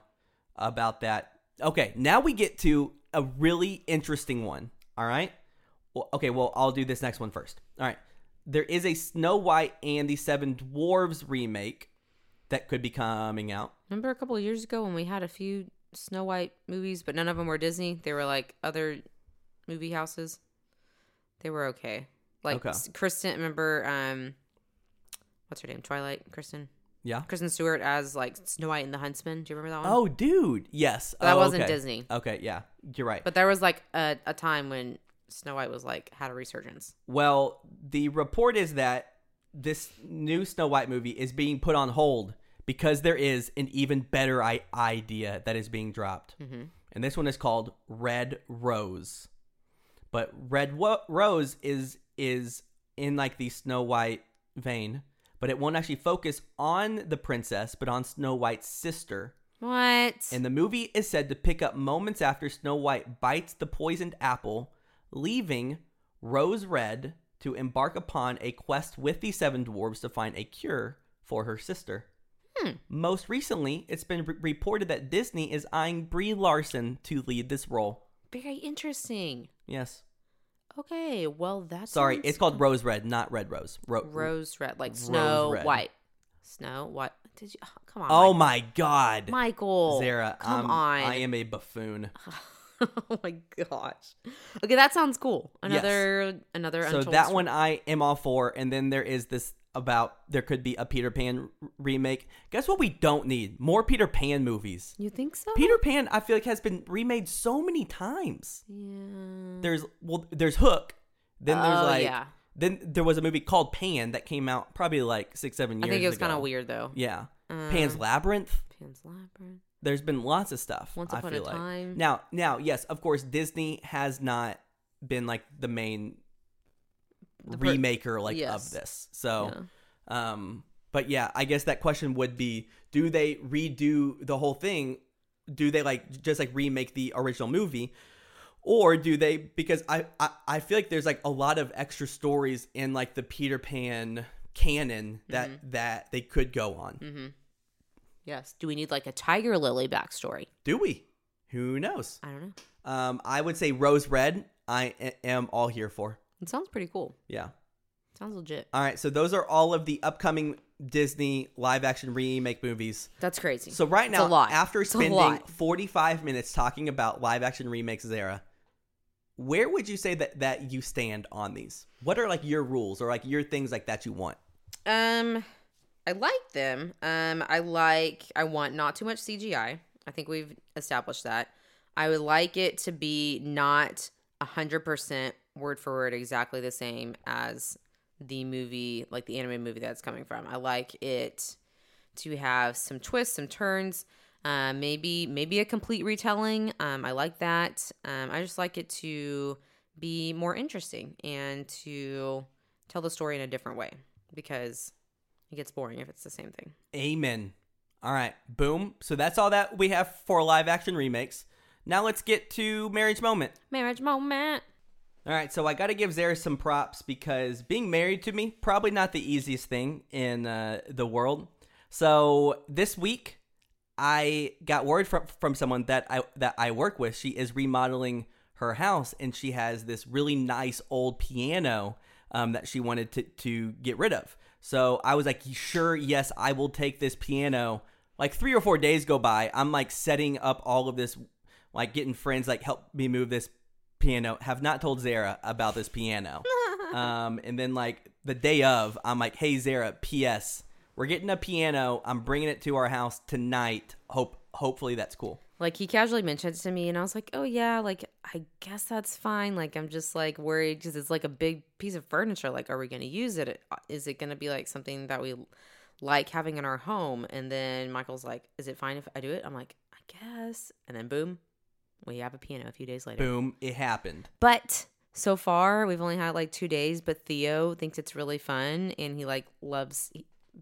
Speaker 1: about that. Okay, now we get to a really interesting one. All right. Well, okay, well, I'll do this next one first. All right. There is a Snow White and the Seven Dwarves remake that could be coming out.
Speaker 2: Remember a couple of years ago when we had a few Snow White movies, but none of them were Disney. They were like other movie houses. They were okay. Like
Speaker 1: Okay.
Speaker 2: S- Kristen, remember um what's her name? Twilight Kristen.
Speaker 1: Yeah.
Speaker 2: Kristen Stewart as like Snow White and the Huntsman. Do you remember that one?
Speaker 1: Oh, dude. Yes.
Speaker 2: But that
Speaker 1: Oh,
Speaker 2: wasn't
Speaker 1: okay.
Speaker 2: Disney.
Speaker 1: Okay, yeah. You're right.
Speaker 2: But there was like a, a time when Snow White was like had a resurgence.
Speaker 1: Well, the report is that this new Snow White movie is being put on hold because there is an even better I- idea that is being dropped. And this one is called Red Rose. But Red Wo- Rose is is in like the Snow White vein, but it won't actually focus on the princess, but on Snow White's sister.
Speaker 2: What?
Speaker 1: And the movie is said to pick up moments after Snow White bites the poisoned apple, leaving Rose Red to embark upon a quest with the seven dwarves to find a cure for her sister.
Speaker 2: Hmm.
Speaker 1: Most recently, it's been re- reported that Disney is eyeing Brie Larson to lead this role.
Speaker 2: Very interesting.
Speaker 1: Yes.
Speaker 2: Okay, well that's
Speaker 1: Sorry, it's called Rose Red, not Red Rose. Ro-
Speaker 2: rose red, like Snow
Speaker 1: red.
Speaker 2: White. Snow White. Did you? oh, come on.
Speaker 1: Oh my God.
Speaker 2: Michael.
Speaker 1: Zara,
Speaker 2: come
Speaker 1: I'm-
Speaker 2: on.
Speaker 1: I am a buffoon.
Speaker 2: oh my gosh. Okay, that sounds cool. Another another
Speaker 1: so
Speaker 2: untold
Speaker 1: that
Speaker 2: story.
Speaker 1: one I am all for, and then there is this about there could be a Peter Pan r- remake. Guess what? We don't need more Peter Pan movies.
Speaker 2: You think so?
Speaker 1: Peter Pan, I feel like has been remade so many times.
Speaker 2: yeah.
Speaker 1: There's well, there's Hook. Then there's
Speaker 2: Mm. Oh,
Speaker 1: like
Speaker 2: yeah.
Speaker 1: then there was a movie called Pan that came out probably like six seven
Speaker 2: I
Speaker 1: years.
Speaker 2: think it was
Speaker 1: ago.
Speaker 2: kind of weird Mm. though.
Speaker 1: Yeah, Pan's Labyrinth.
Speaker 2: Pan's Labyrinth.
Speaker 1: There's been lots of stuff.
Speaker 2: Once
Speaker 1: I
Speaker 2: Upon a
Speaker 1: feel like.
Speaker 2: Time.
Speaker 1: Now, now, yes, of course, Disney has not been like the main
Speaker 2: per-
Speaker 1: remaker like
Speaker 2: Yes.
Speaker 1: of this. So, um, but yeah, I guess that question would be: Do they redo the whole thing? Do they like just like remake the original movie? Or do they? Because I, I I feel like there's like a lot of extra stories in like the Peter Pan canon that
Speaker 2: Mm-hmm.
Speaker 1: that they could go on.
Speaker 2: Yes. Do we need like a Tiger Lily backstory?
Speaker 1: Do we? Who knows?
Speaker 2: I don't know.
Speaker 1: Um, I would say Rose Red. I a- am all here for.
Speaker 2: It sounds pretty cool.
Speaker 1: Yeah.
Speaker 2: Sounds legit.
Speaker 1: All right. So those are all of the upcoming Disney live action remake movies.
Speaker 2: That's crazy.
Speaker 1: So right
Speaker 2: It's
Speaker 1: now,
Speaker 2: a lot.
Speaker 1: after
Speaker 2: It's a
Speaker 1: spending
Speaker 2: lot.
Speaker 1: 45 minutes talking about live action remakes Zara, where would you say that that you stand on these? What are like your rules or like your things like that you want?
Speaker 2: Um, I like them. Um, I like. I want not too much CGI. I think we've established that. I would like it to be not a hundred percent word for word exactly the same as the movie, like the anime movie that's coming from. I like it to have some twists, some turns. Uh, maybe maybe a complete retelling. Um, I like that. Um, I just like it to be more interesting and to tell the story in a different way because it gets boring if it's the same thing.
Speaker 1: Amen. All right. Boom. So that's all that we have for live action remakes. Now let's get to Marriage Moment.
Speaker 2: Marriage moment.
Speaker 1: All right, so I got to give Zara some props because being married to me probably not the easiest thing in uh, the world. So this week, I got word from from someone that I that I work with. She is remodeling her house, and she has this really nice old piano um, that she wanted to to get rid of. So I was like, sure, yes, I will take this piano. Like three or four days go by, I'm like setting up all of this, like getting friends like help me move this piano. Have not told Zara about this piano. um, and then like the day of, I'm like, hey Zara, P.S. We're getting a piano. I'm bringing it to our house tonight. Hope hopefully that's cool.
Speaker 2: Like he casually mentioned it to me, and I was like, "Oh yeah, like I guess that's fine." Like I'm just like worried because it's like a big piece of furniture. Like, are we gonna use it? Uh, Is it gonna be like something that we like having in our home? And then Michael's like, "Is it fine if I do it?" I'm like, "I guess." And then boom, we have a piano a few days later.
Speaker 1: Boom, it happened.
Speaker 2: But so far, we've only had like two days. But Theo thinks it's really fun, and he like loves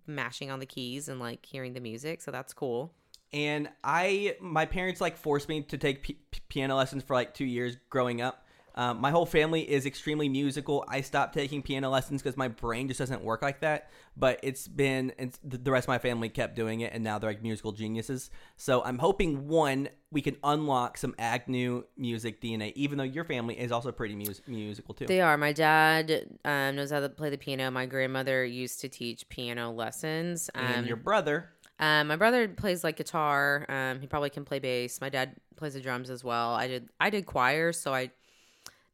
Speaker 2: mashing on the keys and like hearing the music. So that's cool
Speaker 1: and I my parents like forced me to take p- piano lessons for like two years growing up. Um, my whole family is extremely musical. I stopped taking piano lessons because my brain just doesn't work like that. But it's been it's, the rest of my family kept doing it, and now they're like musical geniuses. So I'm hoping one we can unlock some Agnew music DNA. Even though your family is also pretty mus- musical too.
Speaker 2: They are. My dad um, knows how to play the piano. My grandmother used to teach piano lessons. Um,
Speaker 1: and your brother
Speaker 2: um, my brother plays like guitar. Um, he probably can play bass. My dad plays the drums as well. I did I did choir, so I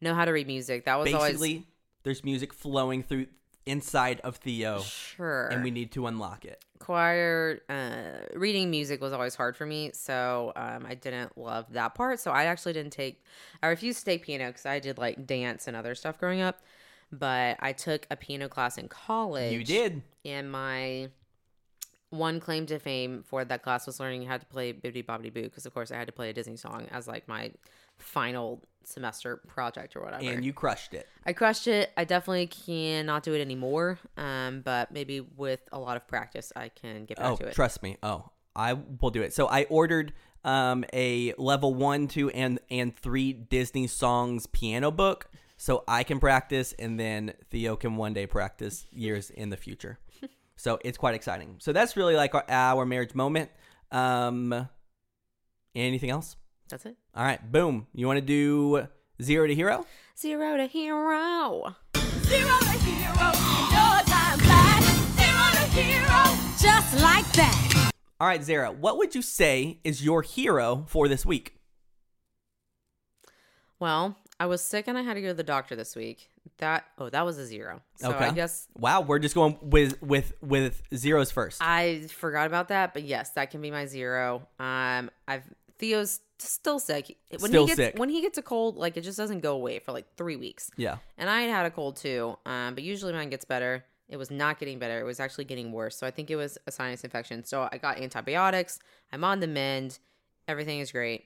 Speaker 2: know how to read music. That was
Speaker 1: basically
Speaker 2: always
Speaker 1: there's music flowing through inside of Theo,
Speaker 2: sure.
Speaker 1: and we need to unlock it.
Speaker 2: choir uh, reading music was always hard for me, so um, I didn't love that part. So I actually didn't take. I refused to take piano because I did like dance and other stuff growing up. But I took a piano class in college.
Speaker 1: You did.
Speaker 2: And my one claim to fame for that class was learning how to play Bibbidi Bobbidi Boo because, of course, I had to play a Disney song as like my final semester project or whatever.
Speaker 1: and you crushed it.
Speaker 2: I crushed it. I definitely cannot do it anymore. Um, but maybe with a lot of practice, I can get back
Speaker 1: Oh,
Speaker 2: to it.
Speaker 1: trust me. Oh, I will do it. So I ordered um a level one, two, and and three Disney songs piano book, so I can practice, and then Theo can one day practice years in the future. so it's quite exciting. So that's really like our, our marriage moment. Um, anything else?
Speaker 2: That's it.
Speaker 1: All right, boom. You want to do zero to hero?
Speaker 2: Zero to hero.
Speaker 4: Zero to hero, no time flat. Zero to hero, just like that.
Speaker 1: All right, Zara. What would you say is your hero for this week?
Speaker 2: Well, I was sick and I had to go to the doctor this week. That oh, that was a zero. So I guess
Speaker 1: Wow, we're just going with with with zeros first.
Speaker 2: I forgot about that, but yes, that can be my zero. Um, I've Theo's still sick. When
Speaker 1: Still
Speaker 2: he gets,
Speaker 1: sick.
Speaker 2: When he gets a cold, like it just doesn't go away for like three weeks.
Speaker 1: yeah.
Speaker 2: And I had had a cold too, um, but usually mine gets better. It was not getting better. It was actually getting worse. So I think it was a sinus infection. So I got antibiotics. I'm on the mend. Everything is great.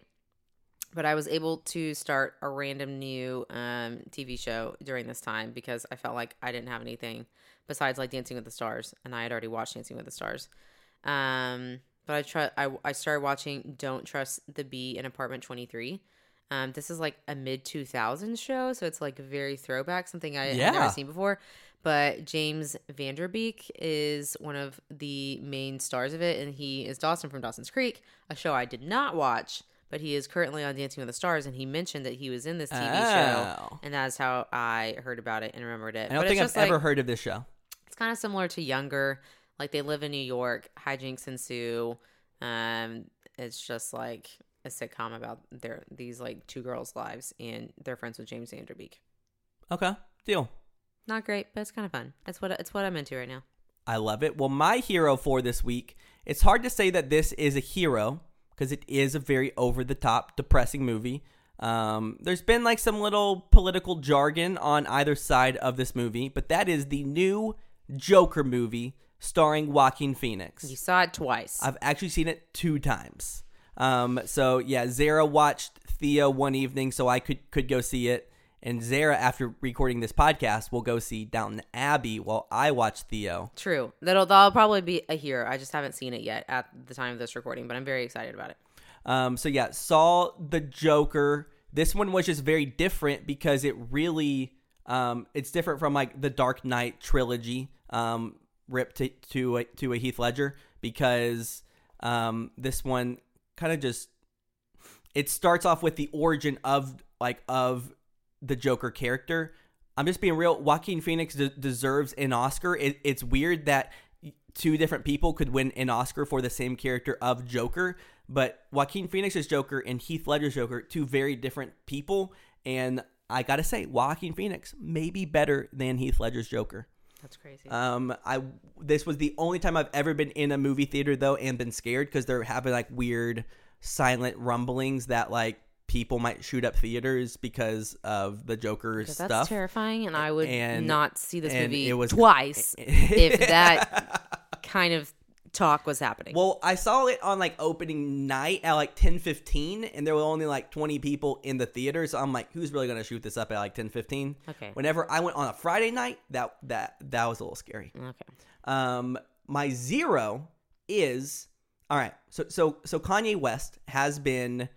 Speaker 2: But I was able to start a random new um, TV show during this time because I felt like I didn't have anything besides like Dancing with the Stars, and I had already watched Dancing with the Stars. Um, but I try. I, I started watching Don't Trust the Bee in Apartment Twenty Three. Um, this is like a mid 2000s show, so it's like very throwback, something I had
Speaker 1: Yeah.
Speaker 2: never seen before. But James Vanderbeek is one of the main stars of it, and he is Dawson from Dawson's Creek, a show I did not watch, but he is currently on Dancing with the Stars, and he mentioned that he was in this TV
Speaker 1: Oh.
Speaker 2: show, and that's how I heard about it and remembered it.
Speaker 1: I don't
Speaker 2: But it's
Speaker 1: think I've
Speaker 2: just, like,
Speaker 1: ever heard of this show.
Speaker 2: it's kind of similar to Younger. Like they live in New York, hijinks ensue. Um, it's just like a sitcom about their these like two girls' lives and they're friends with James Vanderbeek.
Speaker 1: Okay, deal.
Speaker 2: Not great, but it's kind of fun. It's what it's what I'm into right now.
Speaker 1: I love it. Well, my hero for this week, it's hard to say that this is a hero because it is a very over the top, depressing movie. Um, there's been like some little political jargon on either side of this movie, but that is the new Joker movie starring Joaquin Phoenix.
Speaker 2: You saw it twice.
Speaker 1: I've actually seen it two times. Um, so yeah, Zara watched Theo one evening, so I could could go see it. And Zara, after recording this podcast, will go see Downton Abbey while I watch Theo.
Speaker 2: True. That'll that'll probably be a hero. I just haven't seen it yet at the time of this recording, but I'm very excited about it.
Speaker 1: Um, so yeah, saw the Joker. This one was just very different because it really, um, it's different from like the Dark Knight trilogy. Um, rip to to a, to a Heath Ledger because um, this one kind of just it starts off with the origin of like of the Joker character. I'm just being real. Joaquin Phoenix de- deserves an Oscar. It, it's weird that two different people could win an Oscar for the same character of Joker, but Joaquin Phoenix's Joker and Heath Ledger's Joker, two very different people, And I gotta say, Joaquin Phoenix may be better than Heath Ledger's Joker.
Speaker 2: That's crazy.
Speaker 1: Um, I this was the only time I've ever been in a movie theater though and been scared because they're having like weird silent rumblings that like people might shoot up theaters because of the Joker's
Speaker 2: Because
Speaker 1: stuff.
Speaker 2: that's terrifying, and I would
Speaker 1: and-
Speaker 2: not see this
Speaker 1: and
Speaker 2: movie
Speaker 1: it was-
Speaker 2: twice if that kind of talk was happening.
Speaker 1: Well, I saw it on like opening night at like ten fifteen, and there were only like twenty people in the theater. So I'm like, who's really gonna shoot this up at like ten fifteen?
Speaker 2: Okay.
Speaker 1: Whenever I went on a Friday night, that that that was a little scary.
Speaker 2: okay.
Speaker 1: Um, my zero is all right. So so so Kanye West has been.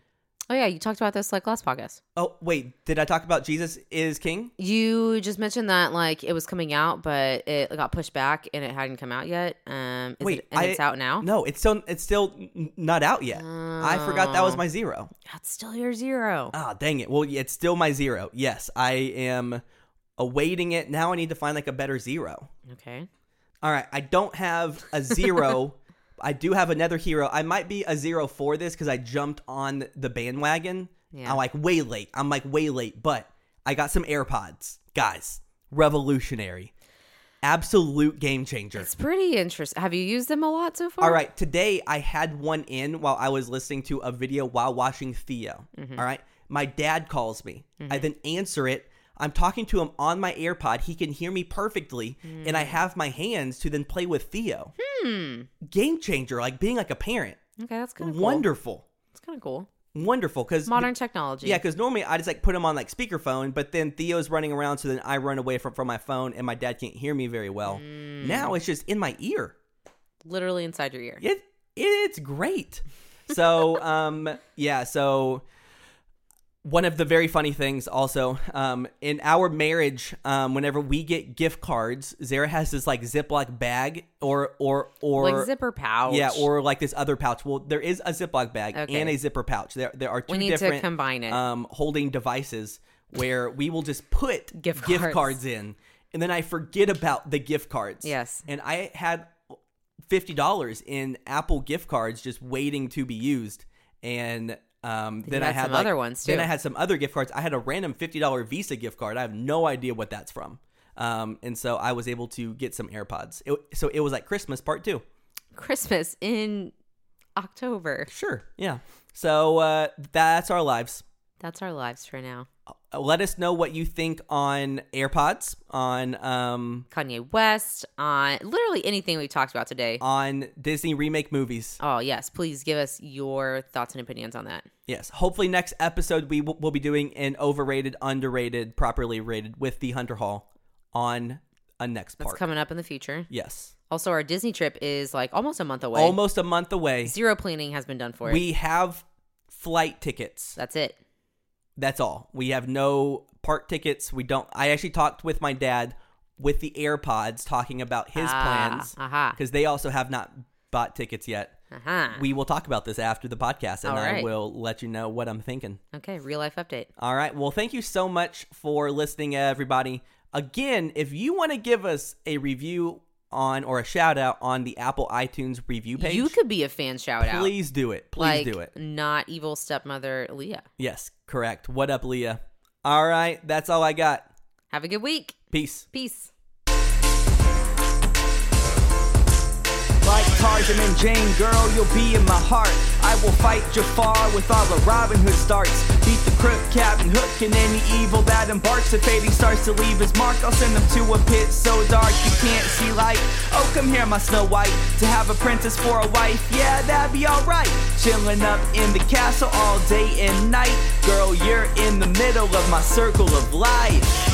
Speaker 2: Oh yeah, you talked about this like last podcast.
Speaker 1: Oh wait, did I talk about Jesus is King?
Speaker 2: You just mentioned that like it was coming out, but it got pushed back and it hadn't come out yet. Um, is
Speaker 1: Wait,
Speaker 2: it, and
Speaker 1: I-
Speaker 2: it's out now.
Speaker 1: No, it's still it's still n- not out yet. I forgot that was my zero.
Speaker 2: That's still your zero.
Speaker 1: Ah, dang it. Well, yeah, it's still my zero. Yes, I am awaiting it. Now I need to find like a better zero.
Speaker 2: okay.
Speaker 1: All right, I don't have a zero. I do have another hero. I might be a zero for this because I jumped on the bandwagon.
Speaker 2: Yeah.
Speaker 1: I'm like way late. I'm like way late, but I got some AirPods. Guys, revolutionary. Absolute game changer.
Speaker 2: It's pretty interesting. Have you used them a lot so far?
Speaker 1: All right, today I had one in while I was listening to a video while watching Theo.
Speaker 2: Mm-hmm.
Speaker 1: All right, my dad calls me. I then answer it. I'm talking to him on my AirPod. He can hear me perfectly, and
Speaker 2: Mm.
Speaker 1: I have my hands to then play with Theo. Game changer, like being like a parent.
Speaker 2: Hmm. Okay, that's kind of cool.
Speaker 1: Wonderful,
Speaker 2: It's kind of cool.
Speaker 1: wonderful. Because
Speaker 2: Modern technology.
Speaker 1: yeah, because normally I just like put him on like speakerphone, but then Theo's running around, so then I run away from from my phone, and my dad can't hear me very well.
Speaker 2: Mm.
Speaker 1: Now it's just in my ear.
Speaker 2: literally inside your ear.
Speaker 1: it it's great. So um yeah, so one of the very funny things also um in our marriage um whenever we get gift cards, Zara has this like Ziploc bag or or or
Speaker 2: like zipper pouch.
Speaker 1: yeah, or like this other pouch. Well, there is a Ziploc bag
Speaker 2: Okay.
Speaker 1: and a zipper pouch. There there are two
Speaker 2: need to
Speaker 1: different
Speaker 2: combine it.
Speaker 1: um holding devices where we will just put
Speaker 2: Gift
Speaker 1: gift
Speaker 2: cards.
Speaker 1: cards in and then I forget about the gift cards.
Speaker 2: Yes.
Speaker 1: And I had fifty dollars in Apple gift cards just waiting to be used, and um, then I
Speaker 2: had
Speaker 1: had
Speaker 2: some
Speaker 1: like-
Speaker 2: other ones,
Speaker 1: Then
Speaker 2: too.
Speaker 1: I had some other gift cards. I had a random fifty dollar Visa gift card. I have no idea what that's from, um, and so I was able to get some AirPods. It, so it was like Christmas part two.
Speaker 2: Christmas in October.
Speaker 1: Sure, yeah. So uh, that's our lives.
Speaker 2: That's our lives for now.
Speaker 1: Let us know what you think on AirPods on um,
Speaker 2: Kanye West on literally anything we talked about
Speaker 1: Uh,
Speaker 2: today.
Speaker 1: on Disney remake movies.
Speaker 2: Oh yes, please give us your thoughts and opinions on that.
Speaker 1: Yes. Hopefully, next episode we will we'll be doing an overrated, underrated, properly rated with the Hunter Hall on a next
Speaker 2: That's
Speaker 1: part.
Speaker 2: coming up in the future.
Speaker 1: Yes.
Speaker 2: Also, our Disney trip is like almost a month away.
Speaker 1: Almost a month away.
Speaker 2: Zero planning has been done for it.
Speaker 1: We have flight tickets.
Speaker 2: That's it.
Speaker 1: That's all. We have no park tickets. We don't. I actually talked with my dad with the AirPods talking about his
Speaker 2: Ah,
Speaker 1: plans
Speaker 2: aha.
Speaker 1: because they also have not bought tickets yet.
Speaker 2: Uh-huh.
Speaker 1: We will talk about this after the podcast and
Speaker 2: All
Speaker 1: I
Speaker 2: right.
Speaker 1: will let you know what I'm thinking.
Speaker 2: okay, real life update.
Speaker 1: All right. Well, thank you so much for listening, everybody. Again, if you want to give us a review on or a shout out on the Apple iTunes review page,
Speaker 2: You could be a fan shout out.
Speaker 1: please do it. Please
Speaker 2: like,
Speaker 1: do it.
Speaker 2: Not evil stepmother Leah.
Speaker 1: Yes, correct. What up, Leah? All right. That's all I got.
Speaker 2: Have a good week.
Speaker 1: Peace.
Speaker 2: Peace.
Speaker 3: Like Tarzan and Jane, girl, you'll be in my heart. I will fight Jafar with all of Robin Hood's darts. Beat the crook, Captain Hook, and any evil that embarks. If fading starts to leave his mark, I'll send him to a pit so dark you can't see light. Oh, come here, my Snow White, to have a princess for a wife. Yeah, that'd be alright. Chilling up in the castle all day and night. Girl, you're in the middle of my circle of life.